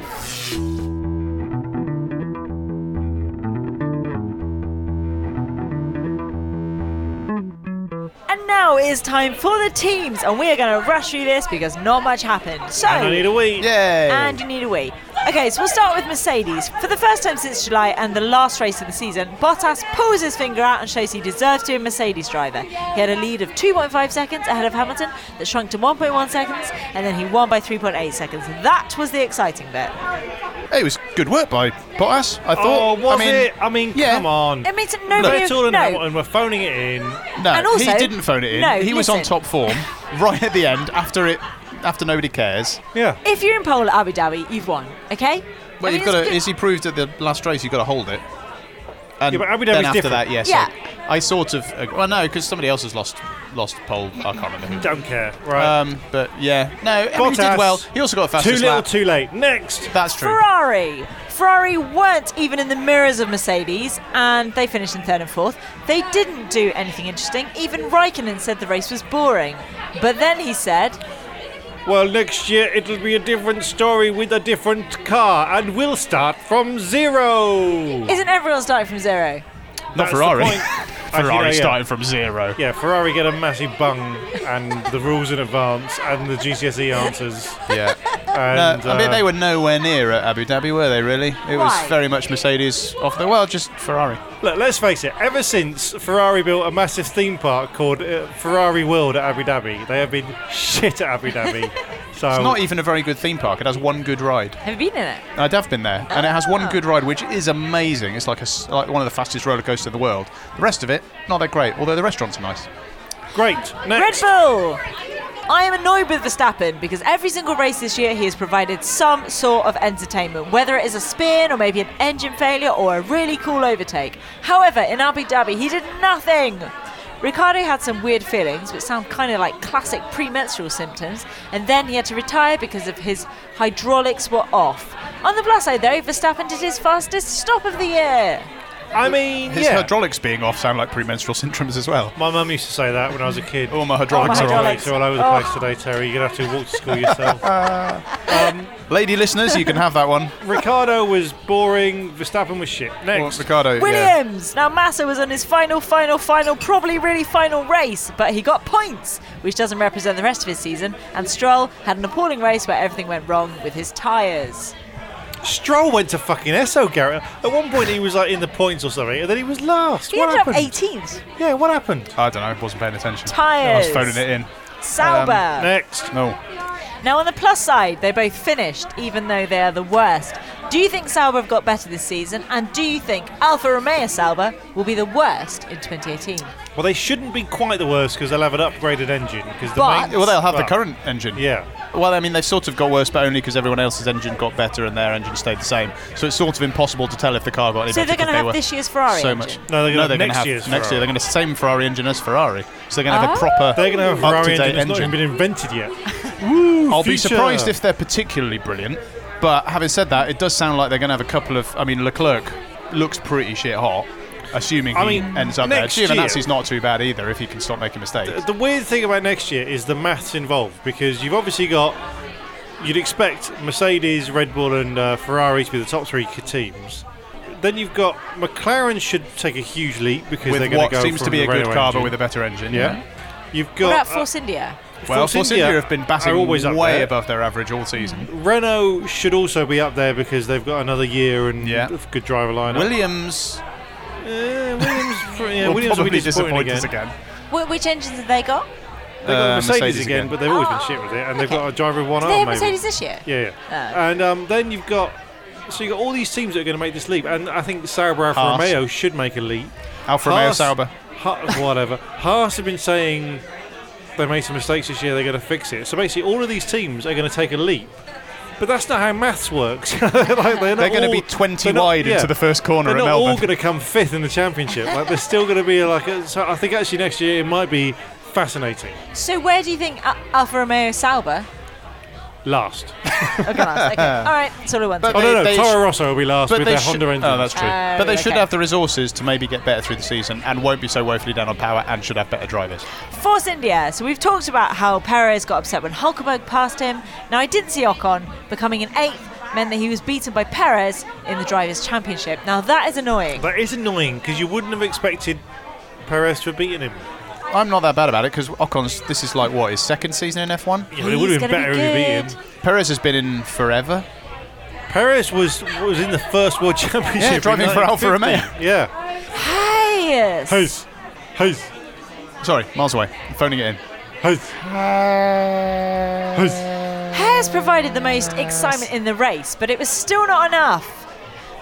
Speaker 2: And now it is time for the teams, and we are going to rush through this because not much happened. So,
Speaker 3: And I need a wee.
Speaker 4: Yay!
Speaker 2: and you need a wee. Okay, so we'll start with Mercedes. For the first time since July and the last race of the season, Bottas pulls his finger out and shows he deserves to be a Mercedes driver. He had a lead of 2.5 seconds ahead of Hamilton that shrunk to 1.1 seconds, and then he won by 3.8 seconds. That was the exciting bit.
Speaker 4: Hey, it was good work by Bottas, I
Speaker 3: Oh,
Speaker 4: thought.
Speaker 3: was
Speaker 4: I mean,
Speaker 3: it? I mean,
Speaker 4: yeah.
Speaker 3: come on.
Speaker 2: It means that nobody.
Speaker 3: Vettel and
Speaker 2: no.
Speaker 3: Hamilton were phoning it in.
Speaker 4: No,
Speaker 2: And also-
Speaker 4: he didn't phone it in.
Speaker 2: No,
Speaker 4: he was on
Speaker 2: listen.
Speaker 4: top form right at the end after it, after nobody cares.
Speaker 3: Yeah.
Speaker 2: If you're in pole at Abu Dhabi, you've won. Okay. I
Speaker 4: Well,
Speaker 2: mean,
Speaker 4: you've got
Speaker 2: it's
Speaker 4: to.
Speaker 2: good-
Speaker 4: Is he proved at the last race? You've got to hold it. And
Speaker 3: Yeah, but Abu
Speaker 4: then
Speaker 3: Dhabi's
Speaker 4: after
Speaker 3: different.
Speaker 4: that, yes.
Speaker 2: Yeah.
Speaker 4: I, I sort of. ag- Well, no, because somebody else has lost lost pole. I can't remember who.
Speaker 3: Don't care. Right.
Speaker 4: Um, but yeah, no, I mean, he did
Speaker 3: Bottas,
Speaker 4: well. He also got a
Speaker 3: too
Speaker 4: fastest
Speaker 3: little,
Speaker 4: lap.
Speaker 3: too late. Next.
Speaker 4: That's true.
Speaker 2: Ferrari. Ferrari weren't even in the mirrors of Mercedes, and they finished in third and fourth. They didn't do anything interesting. Even Raikkonen said the race was boring. But then he said,
Speaker 3: Well, next year it'll be a different story with a different car, and we'll start from zero.
Speaker 2: Isn't everyone starting from zero?
Speaker 4: Not
Speaker 3: That's the
Speaker 4: Ferrari.
Speaker 3: point. Actually,
Speaker 4: Ferrari
Speaker 3: no, yeah.
Speaker 4: starting from zero.
Speaker 3: Yeah, Ferrari get a massive bung and the rules in advance and the GCSE E answers.
Speaker 4: Yeah.
Speaker 3: And,
Speaker 4: I mean,
Speaker 3: uh,
Speaker 4: they were nowhere near at Abu Dhabi, were they? Really? It
Speaker 2: Why?
Speaker 4: was very much Mercedes off the. Well, just Ferrari.
Speaker 3: Look, let's face it. Ever since Ferrari built a massive theme park called uh, Ferrari World at Abu Dhabi, they have been shit at Abu Dhabi. So
Speaker 4: It's not e- even a very good theme park. It has one good ride.
Speaker 2: Have you been in it?
Speaker 4: I'd have been there, and it has one good ride, which is amazing. It's like a s like one of the fastest roller coasters in the world. The rest of it, not that great. Although the restaurants are nice.
Speaker 3: great.
Speaker 2: Red
Speaker 3: Next,
Speaker 2: Bull. I am annoyed with Verstappen because every single race this year he has provided some sort of entertainment, whether it is a spin or maybe an engine failure or a really cool overtake. However, in Abu Dhabi he did nothing. Ricardo had some weird feelings, which sound kind of like classic premenstrual symptoms, and then he had to retire because of his hydraulics were off. On the plus side, though, Verstappen did his fastest stop of the year.
Speaker 3: I mean,
Speaker 4: His
Speaker 3: yeah.
Speaker 4: hydraulics being off sound like premenstrual syndromes as well.
Speaker 3: my mum used to say that when I was a kid.
Speaker 4: Oh, my hydraulics
Speaker 2: Oh, my
Speaker 4: are on.
Speaker 2: hydraulics.
Speaker 3: You're all over the
Speaker 2: Oh.
Speaker 3: place today, Terry. You're gonna have to walk to school yourself.
Speaker 4: Lady listeners, you can have that one.
Speaker 3: Ricardo was boring. Verstappen was shit.
Speaker 4: Well,
Speaker 3: Next,
Speaker 4: Ricardo. Yeah.
Speaker 2: Williams! Now, Massa was on his final, final, final, probably really final race, but he got points, which doesn't represent the rest of his season. And Stroll had an appalling race where everything went wrong with his tyres.
Speaker 3: Stroll went to fucking Esso, Garrett. At one point, he was like in the points or something, and then he was last.
Speaker 2: He
Speaker 3: what
Speaker 2: ended
Speaker 3: happened?
Speaker 2: up 18th.
Speaker 3: Yeah, what happened?
Speaker 4: I don't know. Wasn't paying attention. I
Speaker 2: Tyres.
Speaker 4: was phoning it in.
Speaker 3: Um,
Speaker 2: Sauber.
Speaker 3: Next.
Speaker 4: No.
Speaker 2: now, on the plus side, they both finished, even though they are the worst. Do you think Sauber have got better this season? And do you think Alfa Romeo Sauber will be the worst in 2018?
Speaker 3: Well, they shouldn't be quite the worst because they'll have an upgraded engine. Because the
Speaker 2: But-
Speaker 3: main-
Speaker 4: Well, they'll have the
Speaker 3: Well,
Speaker 4: current engine.
Speaker 3: Yeah,
Speaker 4: Well, I mean, they've sort of got worse, but only because everyone else's engine got better and their engine stayed the same. So it's sort of impossible to tell if the car got any
Speaker 2: So
Speaker 4: better.
Speaker 2: they're
Speaker 4: 'cause
Speaker 2: gonna
Speaker 4: they
Speaker 2: have
Speaker 4: were
Speaker 2: this year's Ferrari
Speaker 4: So
Speaker 2: engine?
Speaker 4: much.
Speaker 3: No, they're gonna have
Speaker 4: they're
Speaker 3: next
Speaker 4: gonna have
Speaker 3: year's
Speaker 4: next year. They're
Speaker 3: Ferrari.
Speaker 4: going to have the same Ferrari engine as Ferrari. So they're going to have
Speaker 2: Oh.
Speaker 4: a proper.
Speaker 3: they're going to have a Ferrari
Speaker 4: up-to-date
Speaker 3: engine that's not even been invented yet.
Speaker 4: I'll be
Speaker 3: future.
Speaker 4: surprised if they're particularly brilliant. But having said that, it does sound like they're going to have a couple of. I mean, Leclerc looks pretty shit hot. assuming
Speaker 3: I
Speaker 4: he
Speaker 3: mean,
Speaker 4: ends up there.
Speaker 3: next
Speaker 4: Giovanazzi's
Speaker 3: year-
Speaker 4: not too bad either if he can stop making mistakes.
Speaker 3: The weird thing about next year is the maths involved because you've obviously got. You'd expect Mercedes, Red Bull, and uh, Ferrari to be the top three c- teams. Then you've got McLaren should take a huge leap because they're
Speaker 4: with
Speaker 3: going
Speaker 4: what
Speaker 3: to go
Speaker 4: seems
Speaker 3: from
Speaker 4: to be
Speaker 3: the
Speaker 4: a good
Speaker 3: Renault
Speaker 4: car, but
Speaker 3: engine.
Speaker 4: with a better engine.
Speaker 3: yeah. You've
Speaker 2: What
Speaker 3: got uh,
Speaker 2: about Force India?
Speaker 4: Well,
Speaker 3: Force
Speaker 4: Force
Speaker 3: India
Speaker 4: India have been batting
Speaker 3: are always up
Speaker 4: way
Speaker 3: there.
Speaker 4: above their average all season.
Speaker 3: Renault should also be up there because they've got another year and
Speaker 4: Yeah.
Speaker 3: a good driver
Speaker 4: uh,
Speaker 3: lineup.
Speaker 4: Williams
Speaker 3: Uh, Williams, yeah,
Speaker 4: will
Speaker 3: Williams will
Speaker 4: probably
Speaker 3: be
Speaker 4: disappoint
Speaker 3: disappointing
Speaker 4: us
Speaker 3: again.
Speaker 4: again.
Speaker 2: Wh- which engines have they got?
Speaker 3: They've got
Speaker 4: Uh,
Speaker 3: Mercedes,
Speaker 4: Mercedes
Speaker 3: again,
Speaker 4: again.
Speaker 3: but they've always been
Speaker 2: Oh,
Speaker 3: shit with it, and they've
Speaker 2: okay.
Speaker 3: got a driver with one
Speaker 2: Do
Speaker 3: arm.
Speaker 2: they have
Speaker 3: Oh, maybe.
Speaker 2: Mercedes this year? Oh.
Speaker 3: Yeah, yeah. and um, then you've got so you've got all these teams that are going to make this leap, and I think Sauber Alfa
Speaker 4: Haas.
Speaker 3: Romeo should make a leap.
Speaker 4: Alfa Romeo
Speaker 3: Haas-
Speaker 4: Sauber.
Speaker 3: Ha- whatever. Haas have been saying they made some mistakes this year. They're going to fix it. So basically, all of these teams are going to take a leap. But that's not how maths works. like, they're
Speaker 4: They're going to be 20 wide into the first corner
Speaker 3: They're
Speaker 4: at
Speaker 3: not all
Speaker 4: Melbourne.
Speaker 3: going to come fifth in the championship. Like they're still going to be like. A, so I think actually next year it might be fascinating.
Speaker 2: So where do you think Al- Alfa Romeo Sauber?
Speaker 3: Last.
Speaker 2: Okay, last, okay. all right, that's all I wanted.
Speaker 4: But
Speaker 3: Oh
Speaker 4: they-
Speaker 3: no, no,
Speaker 4: they
Speaker 3: Toro
Speaker 4: sh-
Speaker 3: Rosso will be last with their
Speaker 4: should-
Speaker 3: Honda engine.
Speaker 4: Oh, that's true.
Speaker 2: Oh,
Speaker 4: but they should
Speaker 2: okay.
Speaker 4: have the resources to maybe get better through the season and won't be so woefully down on power and should have better drivers.
Speaker 2: Force India. So we've talked about how Perez got upset when Hulkenberg passed him. Now I didn't see Ocon becoming an eighth meant that he was beaten by Perez in the Drivers' Championship. Now that is annoying.
Speaker 3: That is annoying because you wouldn't have expected Perez to have beaten him.
Speaker 4: I'm not that bad about it because Ocon's, this is like what, his second season in F1?
Speaker 3: Yeah, but it would have been
Speaker 2: gonna
Speaker 3: better
Speaker 2: be
Speaker 3: if
Speaker 2: good.
Speaker 3: he beat him.
Speaker 4: Perez has been in forever.
Speaker 3: Perez was was in the first world championship.
Speaker 4: Yeah,
Speaker 3: in
Speaker 4: driving for Alfa
Speaker 3: 1950. Yeah.
Speaker 2: Hey,
Speaker 3: Hayes. Hayes.
Speaker 4: Sorry, miles away. I'm phoning it in.
Speaker 3: Hayes. Hayes.
Speaker 2: Perez provided the most excitement in the race, but it was still not enough.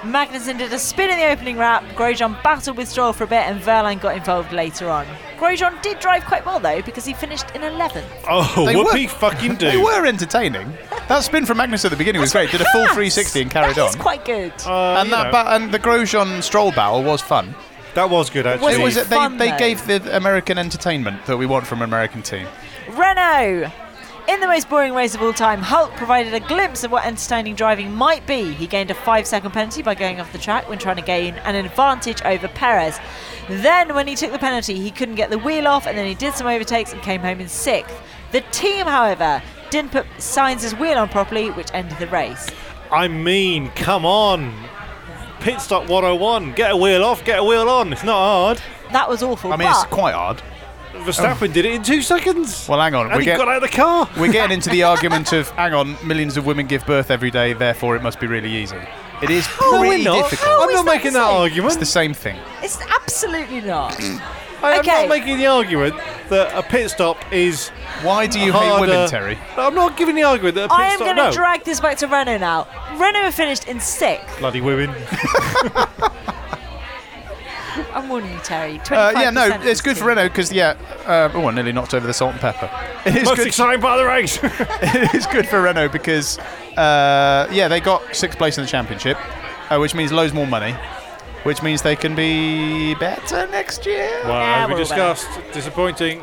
Speaker 2: Magnussen did a spin in the opening lap. Grosjean battled with Stroll for a bit, and Verline got involved later on. Grosjean did drive quite well though because he finished in 11th.
Speaker 3: Oh,
Speaker 4: They
Speaker 3: whoopee
Speaker 4: were-
Speaker 3: fucking do.
Speaker 4: They were entertaining. That spin from Magnus at the beginning was great. Did a full 360 and carried
Speaker 2: That's
Speaker 4: on.
Speaker 2: quite good.
Speaker 3: Uh,
Speaker 4: and
Speaker 3: you
Speaker 4: that
Speaker 3: know,
Speaker 4: ba- and the Grosjean Stroll battle was fun.
Speaker 3: that was good actually.
Speaker 4: It was
Speaker 2: it fun,
Speaker 4: they,
Speaker 2: though?
Speaker 4: they gave the American entertainment that we want from an American team.
Speaker 2: Renault. In the most boring race of all time, Hulk provided a glimpse of what entertaining driving might be. He gained a five second penalty by going off the track when trying to gain an advantage over Perez. Then, when he took the penalty, he couldn't get the wheel off and then he did some overtakes and came home in sixth. The team, however, didn't put Sainz's wheel on properly, which ended the race.
Speaker 3: I mean, come on. Pit stop 101. Get a wheel off. Get a wheel on. It's not hard.
Speaker 2: That was awful.
Speaker 4: I mean,
Speaker 2: but
Speaker 4: it's quite hard.
Speaker 3: Verstappen did it in two seconds.
Speaker 4: Oh. Well, hang on,
Speaker 3: And
Speaker 4: we
Speaker 3: he
Speaker 4: get-
Speaker 3: got out of the car.
Speaker 4: We're getting into the argument of, hang on, millions of women give birth every day, therefore it must be really easy. It is
Speaker 3: No, we're
Speaker 4: pretty
Speaker 3: not.
Speaker 4: difficult.
Speaker 3: I'm
Speaker 2: is
Speaker 3: not
Speaker 2: that
Speaker 3: making that
Speaker 2: so?
Speaker 4: It's
Speaker 3: argument.
Speaker 4: the same thing.
Speaker 2: it's absolutely not.
Speaker 3: I am
Speaker 2: Okay.
Speaker 3: not making the argument that a pit stop is
Speaker 4: Why do you hate
Speaker 3: harder.
Speaker 4: women, Terry?
Speaker 3: I'm not giving the argument that a pit
Speaker 2: I am
Speaker 3: stop.
Speaker 2: going to
Speaker 3: no.
Speaker 2: drag this back to Renault now. Renault finished in sixth.
Speaker 3: bloody women.
Speaker 2: I'm warning you, Terry. 25%
Speaker 4: Uh, yeah, no,
Speaker 2: of
Speaker 4: it's
Speaker 2: this
Speaker 4: good for
Speaker 2: team.
Speaker 4: Renault because, yeah, uh, oh, I nearly knocked over the salt and pepper. It is,
Speaker 3: Most
Speaker 4: good,
Speaker 3: exciting part of the race.
Speaker 4: it is good for Renault because, uh, yeah, they got sixth place in the championship, uh, which means loads more money, which means they can be better next year.
Speaker 3: well,
Speaker 2: Yeah,
Speaker 3: as we
Speaker 2: we're all
Speaker 3: discussed, disappointing.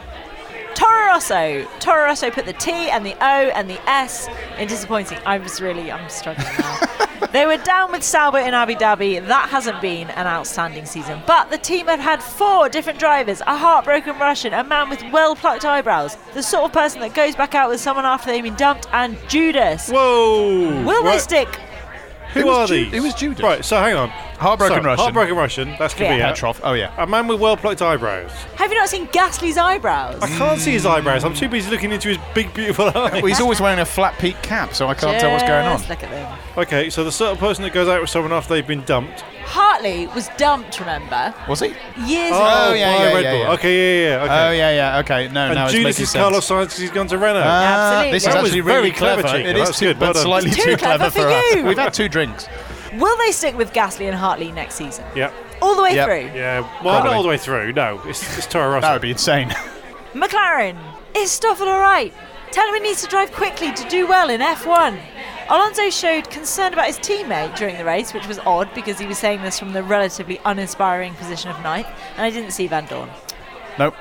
Speaker 2: Toro Rosso. Toro Rosso put the T and the O and the S in disappointing. I was really, I'm struggling now. they were down with Sauber in Abu Dhabi. That hasn't been an outstanding season. But the team had had four different drivers a heartbroken Russian, a man with well plucked eyebrows, the sort of person that goes back out with someone after they've been dumped, and Judas.
Speaker 3: Whoa!
Speaker 2: Will they
Speaker 3: Right,
Speaker 2: stick?
Speaker 3: Who
Speaker 4: It was
Speaker 3: are
Speaker 4: Ju-
Speaker 3: these?
Speaker 4: it was Judas.
Speaker 3: Right. So hang on.
Speaker 4: Heartbroken
Speaker 3: so,
Speaker 4: Russian.
Speaker 3: Heartbroken Russian. That's could
Speaker 2: Yeah.
Speaker 3: be it.
Speaker 4: Petrov. Oh, yeah.
Speaker 3: A man with well-plucked eyebrows.
Speaker 2: Have you not seen Gasly's eyebrows?
Speaker 3: I can't see his eyebrows. I'm too busy looking into his big, beautiful eyes.
Speaker 4: Well, he's always wearing a flat peak cap, so I can't tell what's going on.
Speaker 2: Just Look at them.
Speaker 3: okay, so the sort of person that goes out with someone after they've been dumped.
Speaker 2: Hartley was dumped, remember?
Speaker 4: Was he?
Speaker 2: Years ago.
Speaker 4: Oh, yeah,
Speaker 3: by
Speaker 4: yeah,
Speaker 3: Red
Speaker 4: yeah,
Speaker 3: Bull.
Speaker 4: yeah.
Speaker 3: Okay, yeah, yeah, okay.
Speaker 4: Oh yeah, yeah. Okay, no, now
Speaker 3: and
Speaker 4: it's
Speaker 3: Judas
Speaker 4: making
Speaker 3: is
Speaker 4: sense.
Speaker 3: Carlos Sainz because he's gone to Renault.
Speaker 4: Ah,
Speaker 2: Absolutely.
Speaker 4: this
Speaker 2: That
Speaker 4: is
Speaker 3: was
Speaker 4: actually
Speaker 3: very
Speaker 4: really
Speaker 3: clever,
Speaker 4: clever.
Speaker 3: Chico.
Speaker 4: It
Speaker 3: That
Speaker 4: is
Speaker 3: was
Speaker 4: too,
Speaker 3: good. uh, Well
Speaker 4: but
Speaker 3: done.
Speaker 4: slightly
Speaker 2: It's too
Speaker 4: too,
Speaker 2: clever
Speaker 4: clever,
Speaker 2: for
Speaker 4: us.
Speaker 2: you.
Speaker 4: We've had two drinks.
Speaker 2: Will they stick with Gasly and Hartley next season?
Speaker 3: yeah.
Speaker 2: All the way
Speaker 4: Yep.
Speaker 2: through.
Speaker 3: Yeah, well, not
Speaker 4: Probably.
Speaker 3: all the way through. No, it's, it's Toro
Speaker 4: That
Speaker 3: Rosso.
Speaker 4: would be insane.
Speaker 2: McLaren, is Stoffel all right? Tell him he needs to drive quickly to do well in F1. Alonso showed concern about his teammate during the race, which was odd because he was saying this from the relatively uninspiring position of ninth, and I didn't see Van Dorn.
Speaker 4: nope.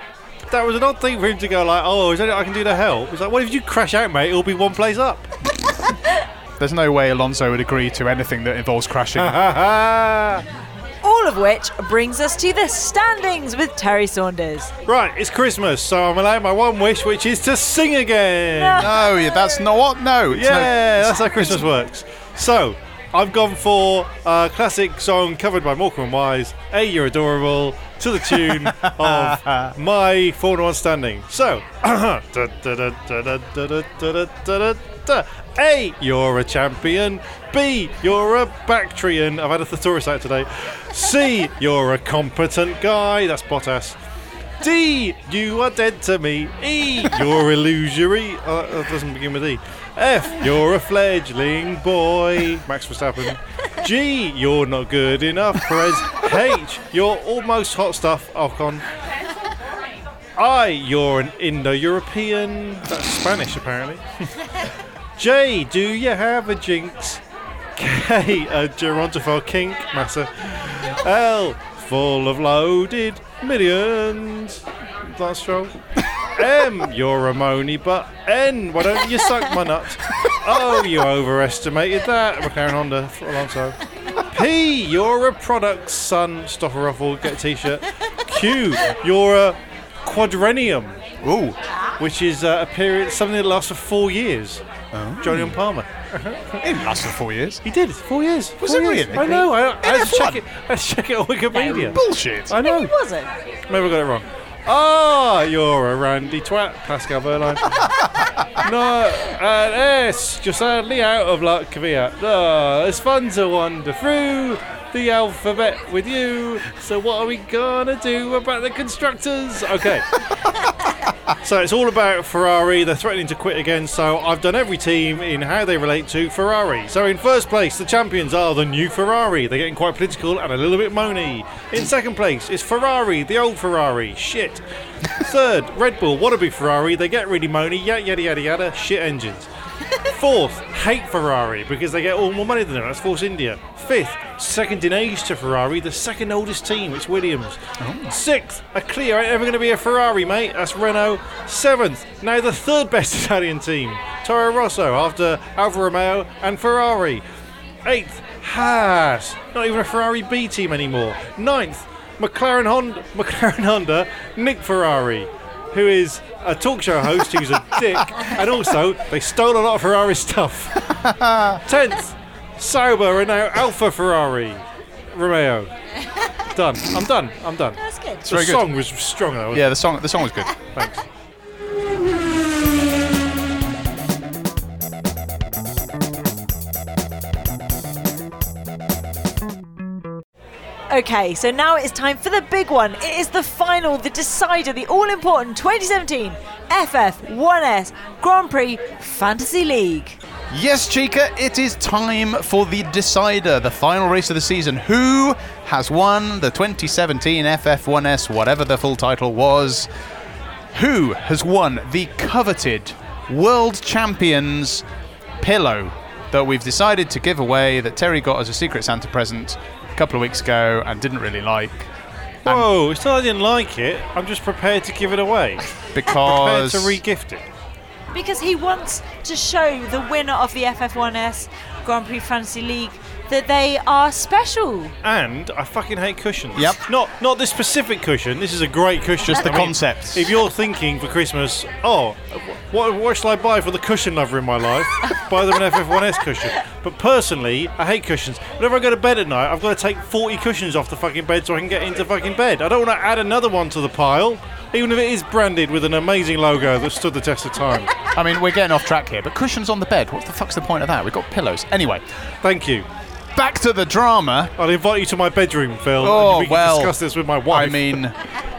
Speaker 3: That was an odd thing for him to go like, "Oh, is there anything I can do to help?" It's like, "What if you crash out, mate? It'll be one place up."
Speaker 4: There's no way Alonso would agree to anything that involves crashing.
Speaker 3: Ha ha!
Speaker 2: All All of which brings us to the standings with Terry Saunders.
Speaker 3: Right, it's Christmas, so I'm allowed my one wish, which is to sing again.
Speaker 4: No, yeah, that's not what. No, it's no-
Speaker 3: Yeah, that's how Christmas works. So, I've gone for a classic song covered by Morecambe and Wise, A You're Adorable, to the tune of My 4 1 Standing. So, A, you're a champion. B, you're a Bactrian. I've had a thesaurus out today. C, you're a competent guy. That's Bottas. D, you are dead to me. E, you're illusory. Uh, that doesn't begin with E. F, you're a fledgling boy. Max Verstappen. G, you're not good enough. Perez. H, you're almost hot stuff. Ocon. I, you're an Indo European. That's Spanish, apparently. J, do you have a jinx? K, a gerontophile kink matter. L, full of loaded millions. Last show. M, you're a money, but N, why don't you suck my nut? Oh, you overestimated that. McLaren Honda, Alonso. P, you're a product, son. Stop a ruffle, get a t shirt. Q, you're a quadrennium. Ooh. Which is uh, a period, something that lasts for four years.
Speaker 4: Oh.
Speaker 3: Julian Palmer.
Speaker 4: It lasted four years.
Speaker 3: He did four years.
Speaker 4: Was
Speaker 3: four
Speaker 4: it
Speaker 3: years.
Speaker 4: really?
Speaker 3: I know. I, I had to
Speaker 4: F1?
Speaker 3: check it. I had to check it on Wikipedia.
Speaker 4: Bullshit.
Speaker 3: I know.
Speaker 2: He wasn't.
Speaker 3: Maybe I got it wrong. Ah, you're a randy twat, Pascal Verline. no, and S, you're sadly out of luck, Kvyat. Ah, it's fun to wander through the alphabet with you. So what are we gonna do about the constructors? Okay. So it's all about Ferrari. They're threatening to quit again. So I've done every team in how they relate to Ferrari. So in first place, the champions are the new Ferrari. They're getting quite political and a little bit moany. In second place, it's Ferrari, the old Ferrari. Shit. Third, Red Bull, wannabe Ferrari. They get really moany. Yada yada yada yada. Shit engines. Fourth, hate Ferrari because they get all more money than them. That's Force India. Fifth, second in age to Ferrari, the second oldest team. It's Williams. Sixth, a clear ain't ever going to be a Ferrari, mate. That's Renault. Seventh, now the third best Italian team, Toro Rosso, after Alfa Romeo and Ferrari. Eighth, Haas. Not even a Ferrari B team anymore. Ninth, McLaren Honda, McLaren Honda Nick Ferrari, who is a talk show host who's a dick, and also they stole a lot of Ferrari stuff. Tenth, Sauber are now Alpha Ferrari Romeo. Done. I'm done. I'm done. That's
Speaker 2: good.
Speaker 3: the
Speaker 4: very good.
Speaker 3: song was strong though. wasn't
Speaker 4: Yeah, the song. The song was good.
Speaker 2: Okay, so now it is time for the big one. It is the final, the decider, the all important 2017 FF1S Grand Prix Fantasy League.
Speaker 4: Yes, Chica, it is time for the decider, the final race of the season. Who has won the 2017 FF1S, whatever the full title was? Who has won the coveted World Champions pillow that we've decided to give away that Terry got as a Secret Santa present a couple of weeks ago and didn't really like
Speaker 3: it? Whoa! It's not I didn't like it. I'm just prepared to give it away. Prepared
Speaker 4: because.
Speaker 3: to re-gift it.
Speaker 2: Because he wants to show the winner of the FF1S Grand Prix Fantasy League that they are special.
Speaker 3: And I fucking hate cushions.
Speaker 4: Yep.
Speaker 3: Not not this specific cushion. This is a great cushion.
Speaker 4: Just the
Speaker 3: I mean,
Speaker 4: concept.
Speaker 3: if you're thinking for Christmas, oh, wh- what, what shall I buy for the cushion lover in my life? buy them an FF1S cushion. But personally, I hate cushions. Whenever I go to bed at night, I've got to take 40 cushions off the fucking bed so I can get into fucking bed. I don't want to add another one to the pile, even if it is branded with an amazing logo that stood the test of time.
Speaker 4: I mean, we're getting off track here, but cushions on the bed. What the fuck's the point of that? We've got pillows. Anyway,
Speaker 3: Thank you.
Speaker 4: back to the drama.
Speaker 3: I'll invite you to my bedroom, Phil. and
Speaker 4: Oh,
Speaker 3: we can
Speaker 4: well.
Speaker 3: discuss this with my wife.
Speaker 4: I mean,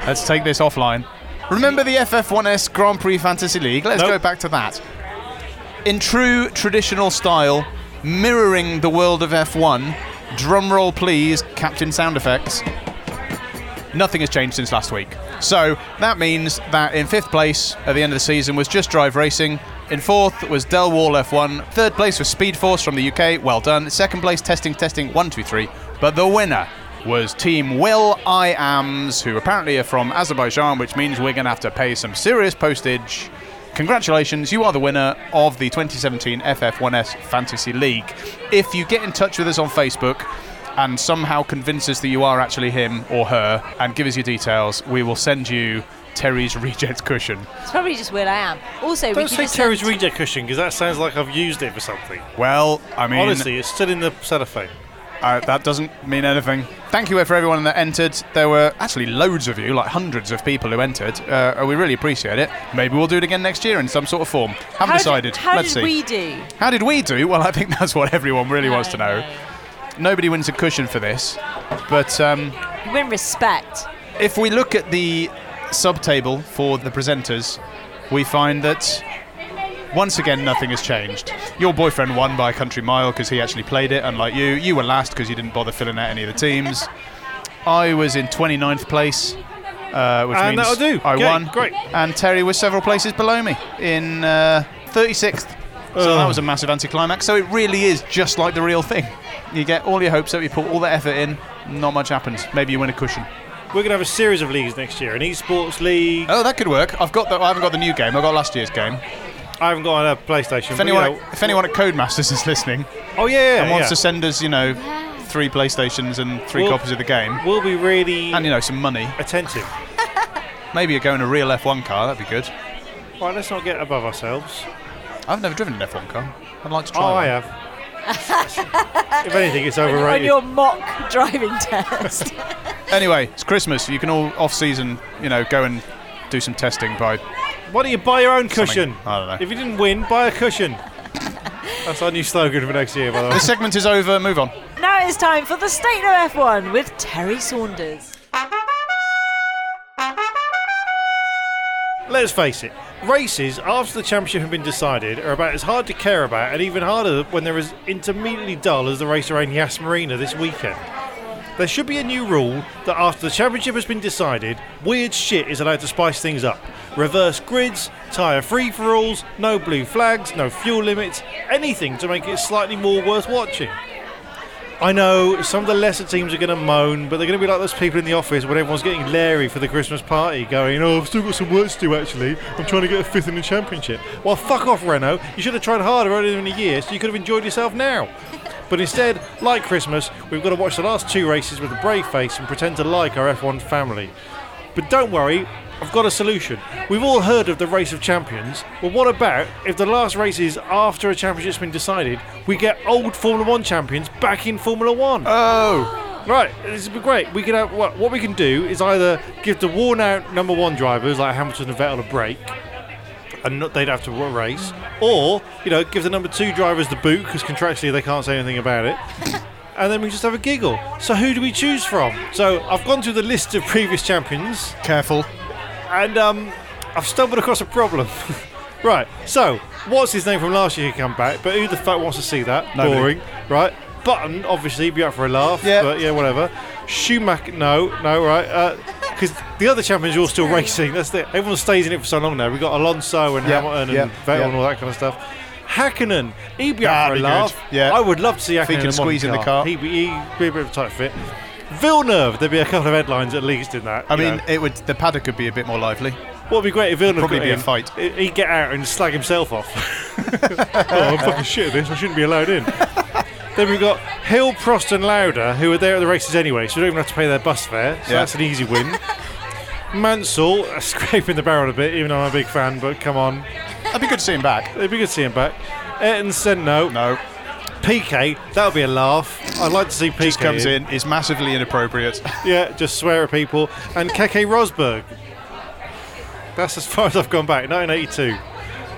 Speaker 4: let's take this offline. Remember the FF1S Grand Prix Fantasy League? Let's
Speaker 3: Nope.
Speaker 4: go back to that. In true traditional style, mirroring the world of F1, drumroll please, Captain Sound Effects. Nothing has changed since last week. So that means that in fifth place at the end of the season was Just Drive Racing. In fourth was Del Wall F1. Third place was Speed Force from the UK. Well done. Second place, testing, testing, one, two, three. But the winner was Team Will I Ams, who apparently are from Azerbaijan, which means we're going to have to pay some serious postage. Congratulations, you are the winner of the 2017 FF1S Fantasy League. If you get in touch with us on Facebook, and somehow convince us that you are actually him or her and give us your details, we will send you Terry's reject cushion.
Speaker 2: It's probably just where I am. Also, we
Speaker 3: Don't
Speaker 2: could
Speaker 3: say
Speaker 2: just
Speaker 3: Terry's
Speaker 2: send-
Speaker 3: reject cushion because that sounds like I've used it for something.
Speaker 4: Well, I mean,
Speaker 3: Honestly, it's still in the cellophane.
Speaker 4: uh, that doesn't mean anything. Thank you for everyone that entered. There were actually loads of you, like hundreds of people who entered. Uh, we really appreciate it. Maybe we'll do it again next year in some sort of form. Haven't
Speaker 2: How
Speaker 4: decided.
Speaker 2: Did, how
Speaker 4: Let's
Speaker 2: did
Speaker 4: see.
Speaker 2: we do?
Speaker 4: How did we do? Well, I think that's what everyone really wants to know.
Speaker 2: Okay.
Speaker 4: Nobody wins a cushion for this, but um,
Speaker 2: You win respect.
Speaker 4: if we look at the sub table for the presenters, we find that once again nothing has changed. Your boyfriend won by a country mile because he actually played it, unlike you. You were last because you didn't bother filling out any of the teams. I was in 29th place, uh, which
Speaker 3: And
Speaker 4: means
Speaker 3: that'll do.
Speaker 4: I
Speaker 3: Yay,
Speaker 4: won.
Speaker 3: great.
Speaker 4: And Terry was several places below me in uh, 36th. So that was a massive anticlimax. So it really is just like the real thing. You get all your hopes up, you put all the effort in, not much happens. Maybe you win a cushion.
Speaker 3: We're gonna have a series of leagues next year. An esports league.
Speaker 4: Oh, that could work. I've got the, I haven't got the new game. I've got last year's game.
Speaker 3: I haven't got a PlayStation.
Speaker 4: If
Speaker 3: but, you
Speaker 4: anyone,
Speaker 3: know-
Speaker 4: if anyone at Codemasters is listening
Speaker 3: oh yeah, yeah,
Speaker 4: and wants
Speaker 3: yeah.
Speaker 4: to send us, you know, three PlayStations and three
Speaker 3: Well-
Speaker 4: copies of the game,
Speaker 3: we'll be really
Speaker 4: and you know, some money,
Speaker 3: attentive.
Speaker 4: maybe you're going a real F1 car. That'd be good.
Speaker 3: Right, let's not get above ourselves.
Speaker 4: I've never driven an F1 car. I'd like to try.
Speaker 3: Oh, I
Speaker 4: one.
Speaker 3: have. if anything, it's
Speaker 2: On
Speaker 3: overrated.
Speaker 2: your mock driving test.
Speaker 4: Anyway, it's Christmas. You can all off-season, you know, go and do some testing by
Speaker 3: Why don't you buy your own cushion?
Speaker 4: I don't know.
Speaker 3: If you didn't win, buy a cushion. That's our new slogan for next year, by the way.
Speaker 4: The segment is over. Move on.
Speaker 2: now it's time for the State of F1 with Terry Saunders.
Speaker 3: Let's face it, races after the championship have been decided are about as hard to care about and even harder when they're as intermediately dull as the race around Yas Marina this weekend. There should be a new rule that after the championship has been decided, weird shit is allowed to spice things up. Reverse grids, tyre free for alls, no blue flags, no fuel limits, anything to make it slightly more worth watching. I know some of the lesser teams are going to moan, but they're going to be like those people in the office when everyone's getting leery for the Christmas party, going, "Oh, I've still got some work to do. Actually, I'm trying to get a fifth in the championship." Well, fuck off, Renault. You should have tried harder earlier in the year, so you could have enjoyed yourself now. But instead, like Christmas, we've got to watch the last two races with a brave face and pretend to like our F1 family. But don't worry, I've got a solution. We've all heard of the race of champions. Well, what about if the last race is after a championship's been decided, we get old Formula One champions back in Formula One?
Speaker 4: Oh,
Speaker 3: Right, this would be great. We can have what, what we can do is either give the worn-out number one drivers like Hamilton and Vettel a break, and not, they'd have to wa- race, or you know give the number two drivers the boot because contractually they can't say anything about it. And then we just have a giggle. So who do we choose from? So I've gone through the list of previous champions,
Speaker 4: careful.
Speaker 3: and um, I've stumbled across a problem. right, so what's his name from last year? He come back, but who the fuck wants to see that?
Speaker 4: Nobody.
Speaker 3: Boring, right? Button, obviously, be up for a laugh.
Speaker 4: Yeah.
Speaker 3: but yeah, whatever. Schumacher, no, no, right? Because the other champions are all still racing. That's it. Everyone stays in it for so long now. We've got Alonso and
Speaker 4: Yeah,
Speaker 3: Hamilton and
Speaker 4: yeah,
Speaker 3: Vettel
Speaker 4: yeah.
Speaker 3: and all that kind of stuff. Hakkinen, he'd be up
Speaker 4: That'd
Speaker 3: for a
Speaker 4: be
Speaker 3: laugh.
Speaker 4: good, yeah.
Speaker 3: I would love to see Hakkinen
Speaker 4: he can
Speaker 3: in a modern
Speaker 4: squeeze in the car.
Speaker 3: He'd be, he'd be a bit of a tight fit. Villeneuve, there'd be a couple of headlines at least in that.
Speaker 4: I
Speaker 3: you
Speaker 4: mean,
Speaker 3: know.
Speaker 4: it would. The paddock could be a bit more lively.
Speaker 3: What would be great if Villeneuve
Speaker 4: Probably
Speaker 3: got
Speaker 4: be a
Speaker 3: in,
Speaker 4: fight.
Speaker 3: he- He'd get out and slag himself off. oh, I'm fucking shit at this. I shouldn't be allowed in. then we've got Hill, Prost, and Lauda, who are there at the races anyway, so they don't even have to pay their bus fare. So
Speaker 4: Yeah.
Speaker 3: that's an easy win. Mansell, uh, scraping the barrel a bit, even though I'm a big fan, but come on.
Speaker 4: That'd be good to see him back.
Speaker 3: It'd be good to see him back. Ayrton Senno,
Speaker 4: No,
Speaker 3: PK, that'll be a laugh. I'd like to see PK.
Speaker 4: just comes in. Is massively inappropriate.
Speaker 3: Yeah, just swear at people. And Keke Rosberg. That's as far as I've gone back, 1982.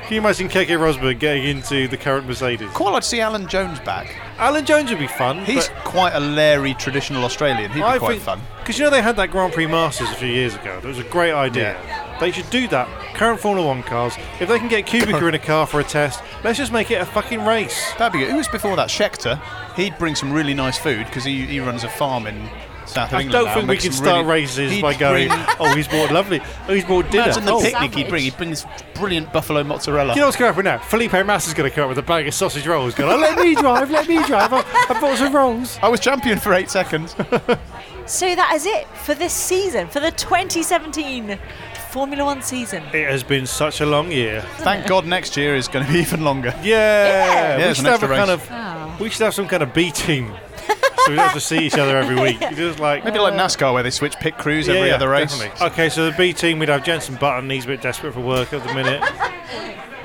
Speaker 3: Can you imagine Keke Rosberg getting into the current Mercedes?
Speaker 4: Quite like to see Alan Jones back.
Speaker 3: Alan Jones would be fun.
Speaker 4: He's
Speaker 3: but
Speaker 4: quite a leery traditional Australian. He'd be
Speaker 3: I
Speaker 4: quite
Speaker 3: think,
Speaker 4: fun.
Speaker 3: Because you know they had that Grand Prix Masters a few years ago. That was a great idea. They should do that. Current Formula One cars. If they can get Kubica in a car for a test, let's just make it a fucking race.
Speaker 4: That'd be good. Who was before that? Schechter. He'd bring some really nice food because he, he runs a farm in South
Speaker 3: I
Speaker 4: England.
Speaker 3: don't
Speaker 4: now,
Speaker 3: think we
Speaker 4: makes
Speaker 3: can
Speaker 4: some
Speaker 3: start
Speaker 4: really-
Speaker 3: races
Speaker 4: He'd
Speaker 3: by going,
Speaker 4: bring-
Speaker 3: oh, he's bought lovely. Oh, he's bought dinner.
Speaker 4: Imagine the
Speaker 3: oh,
Speaker 4: picnic he'd bring. He'd bring this brilliant buffalo mozzarella.
Speaker 3: Do you know what's going to happen now? Felipe Massa's going to come up with a bag of sausage rolls. Going, oh, let me drive, let me drive. I, I bought some rolls.
Speaker 4: I was champion for eight seconds.
Speaker 2: So that is it for this season, for the 2017 Formula One season.
Speaker 3: It has been such a long year.
Speaker 4: Thank God next year is going to be even longer.
Speaker 3: Yeah, we
Speaker 4: there's
Speaker 3: should
Speaker 4: an
Speaker 3: have a
Speaker 4: extra
Speaker 3: kind
Speaker 4: race.
Speaker 3: of, we should have some kind of B team. so we don't have to see each other every week. It's Just like
Speaker 4: Maybe like NASCAR where they switch pit crews
Speaker 3: Uh, Yeah,
Speaker 4: every
Speaker 3: yeah,
Speaker 4: other race.
Speaker 3: definitely. Okay, so the B team we'd have Jensen Button. He's a bit desperate for work at the minute.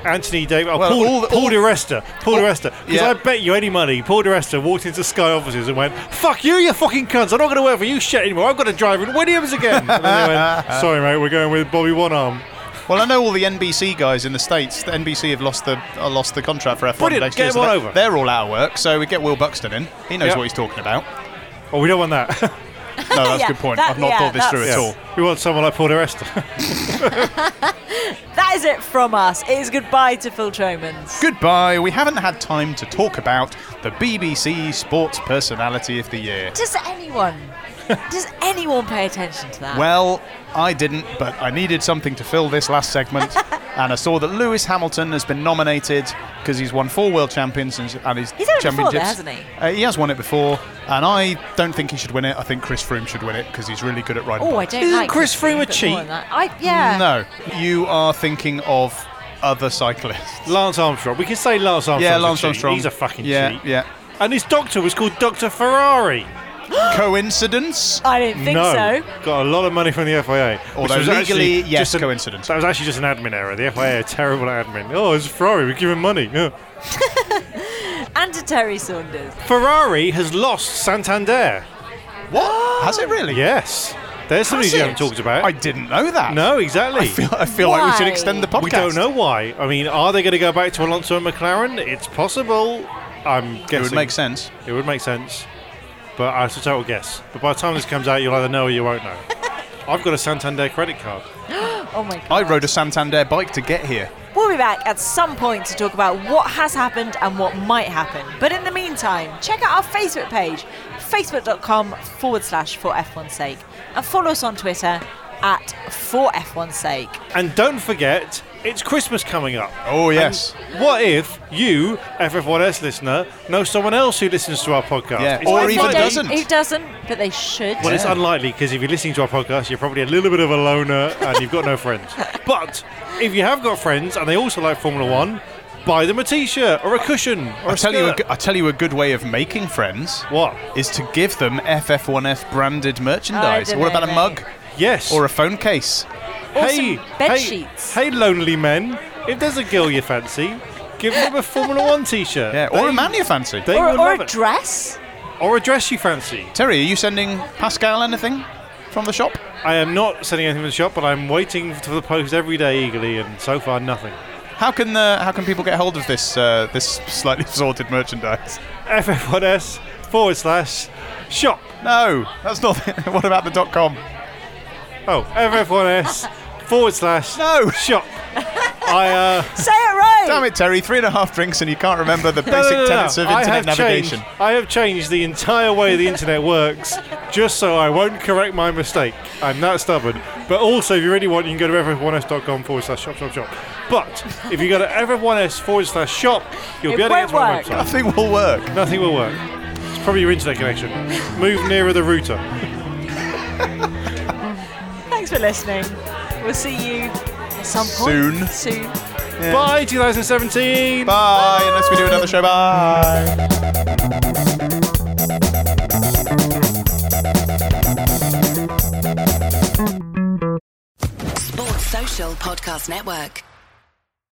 Speaker 3: Anthony Davis, oh,
Speaker 4: Well,
Speaker 3: Paul,
Speaker 4: all the-
Speaker 3: Paul
Speaker 4: all-
Speaker 3: DeResta, Paul DeResta, because
Speaker 4: yeah.
Speaker 3: I bet you any money, Paul DeResta walked into Sky offices and went, "Fuck you, you fucking cunts! I'm not going to work for you shit anymore. I've got to drive in Williams again." And then they went, "Sorry, mate, we're going with Bobby One Arm."
Speaker 4: Well, I know all the NBC guys in the states. The NBC have lost the uh, lost the contract for F1
Speaker 3: Brilliant,
Speaker 4: next
Speaker 3: get
Speaker 4: year. so
Speaker 3: them all
Speaker 4: they-
Speaker 3: over.
Speaker 4: They're all out of work, so we get Will Buxton in. He knows
Speaker 3: Yeah.
Speaker 4: what he's talking about.
Speaker 3: Oh, we don't want that.
Speaker 4: No, that's
Speaker 2: Yeah,
Speaker 4: a good point.
Speaker 2: that-
Speaker 4: I've not
Speaker 2: yeah,
Speaker 4: thought this through
Speaker 2: that's-
Speaker 4: at all.
Speaker 3: we want someone like Paul DeResta.
Speaker 2: That is it from us. It is goodbye to Phil Tromans.
Speaker 4: Goodbye. We haven't had time to talk about the BBC Sports Personality of the Year.
Speaker 2: Does anyone? does anyone pay attention to that?
Speaker 4: Well, I didn't, but I needed something to fill this last segment, and I saw that Lewis Hamilton has been nominated because he's won four world champions and, and he's
Speaker 2: He's had it before
Speaker 4: championships.
Speaker 2: though, hasn't he?
Speaker 4: Uh, he has won it before, and I don't think he should win it. I think Chris Froome should win it because he's really good at riding.
Speaker 2: oh, I
Speaker 4: bikes.
Speaker 2: don't
Speaker 3: Isn't
Speaker 2: like
Speaker 3: Chris Froome a
Speaker 2: but
Speaker 3: cheat?
Speaker 2: more than that. I yeah.
Speaker 4: No, you are thinking of other cyclists.
Speaker 3: Lance Armstrong. We can say Lance Armstrong.
Speaker 4: yeah, Lance
Speaker 3: a cheat.
Speaker 4: Armstrong.
Speaker 3: He's a fucking
Speaker 4: yeah,
Speaker 3: cheat.
Speaker 4: Yeah,
Speaker 3: And his doctor was called Doctor Ferrari.
Speaker 4: Coincidence?
Speaker 2: I don't think
Speaker 3: no,
Speaker 2: so.
Speaker 3: got a lot of money from the FIA. which
Speaker 4: Although
Speaker 3: was
Speaker 4: legally,
Speaker 3: actually
Speaker 4: yes,
Speaker 3: just an-
Speaker 4: coincidence.
Speaker 3: That was actually just an admin error. The FIA, are terrible at admin. Oh, it's Ferrari. We're giving money. Yeah.
Speaker 2: And to Terry Saunders.
Speaker 3: Ferrari has lost Santander.
Speaker 4: What? Has it really?
Speaker 3: Yes, there's something you
Speaker 4: Has
Speaker 3: haven't
Speaker 4: it?
Speaker 3: talked about.
Speaker 4: I didn't know that.
Speaker 3: no, exactly.
Speaker 4: I feel, I feel like we should
Speaker 2: Why?
Speaker 4: extend the podcast.
Speaker 3: we don't know why. I mean, are they going to go back to Alonso and McLaren? It's possible. I'm guessing
Speaker 4: It would make sense.
Speaker 3: It would make sense, but uh, it's a total guess. But by the time this comes out, you'll either know or you won't know. I've got a Santander credit card.
Speaker 2: Oh my god.
Speaker 4: I rode a Santander bike to get here.
Speaker 2: We'll be back at some point to talk about what has happened and what might happen. But in the meantime, check out our Facebook page, facebook.com forward slash for F1's sake, and follow us on Twitter at for F1's sake.
Speaker 3: And don't forget, it's Christmas coming up.
Speaker 4: Oh, yes.
Speaker 3: And what if you, FF1S listener, know someone else who listens to our podcast?
Speaker 4: Yeah,
Speaker 3: It's
Speaker 4: or
Speaker 3: not
Speaker 4: even
Speaker 3: likely-
Speaker 4: doesn't.
Speaker 5: Who doesn't? But they should.
Speaker 3: Well, it's unlikely because if you're listening to our podcast, you're probably a little bit of a loner and you've got no friends. But if you have got friends and they also like Formula One, buy them a T-shirt or a cushion or
Speaker 4: I
Speaker 3: a
Speaker 4: tell you, a
Speaker 3: skirt.
Speaker 4: g- I tell you, a good way of making friends
Speaker 3: what?
Speaker 4: is to give them FF1F branded merchandise. What about a
Speaker 2: dunno,
Speaker 4: mug
Speaker 3: Yes.
Speaker 4: or a phone case?
Speaker 2: some
Speaker 3: hey,
Speaker 2: bed
Speaker 3: hey,
Speaker 2: sheets.
Speaker 3: Hey, lonely men! If there's a girl you fancy, give them a Formula One T-shirt.
Speaker 4: Yeah, or a man you fancy.
Speaker 3: They
Speaker 2: Or,
Speaker 3: will
Speaker 2: or
Speaker 3: love
Speaker 2: a
Speaker 3: it.
Speaker 2: dress?
Speaker 3: or a dress you fancy.
Speaker 4: Terry, are you sending Pascal anything from the shop?
Speaker 3: I am not sending anything to the shop, but I'm waiting for the post every day eagerly, and so far nothing.
Speaker 4: How can uh, how can people get hold of this uh, this slightly sorted merchandise?
Speaker 3: FF1S forward slash shop.
Speaker 4: No, that's not. what about the dot com?
Speaker 3: Oh, FF1S forward slash
Speaker 4: No.
Speaker 3: shop. I uh,
Speaker 2: Say it right!
Speaker 4: Damn it, Terry! Three and a half drinks and you can't remember the basic tenets of
Speaker 3: I
Speaker 4: internet
Speaker 3: have
Speaker 4: navigation.
Speaker 3: Changed, I have changed the entire way the internet works just so I won't correct my mistake. I'm that stubborn. But also, if you really want, you can go to ff1s.com forward slash shop shop shop. But if you go to ff1s forward slash shop, you'll
Speaker 2: It
Speaker 3: be able to
Speaker 2: won't
Speaker 3: get to our
Speaker 2: work.
Speaker 3: website.
Speaker 4: Nothing will work.
Speaker 3: Nothing will work. It's probably your internet connection. Move nearer the router.
Speaker 2: Thanks for listening. We'll see you at some
Speaker 4: Soon.
Speaker 2: point. Soon.
Speaker 3: Bye, 2017.
Speaker 4: Bye. Unless we do another show. Bye.
Speaker 6: Sports Social Podcast Network.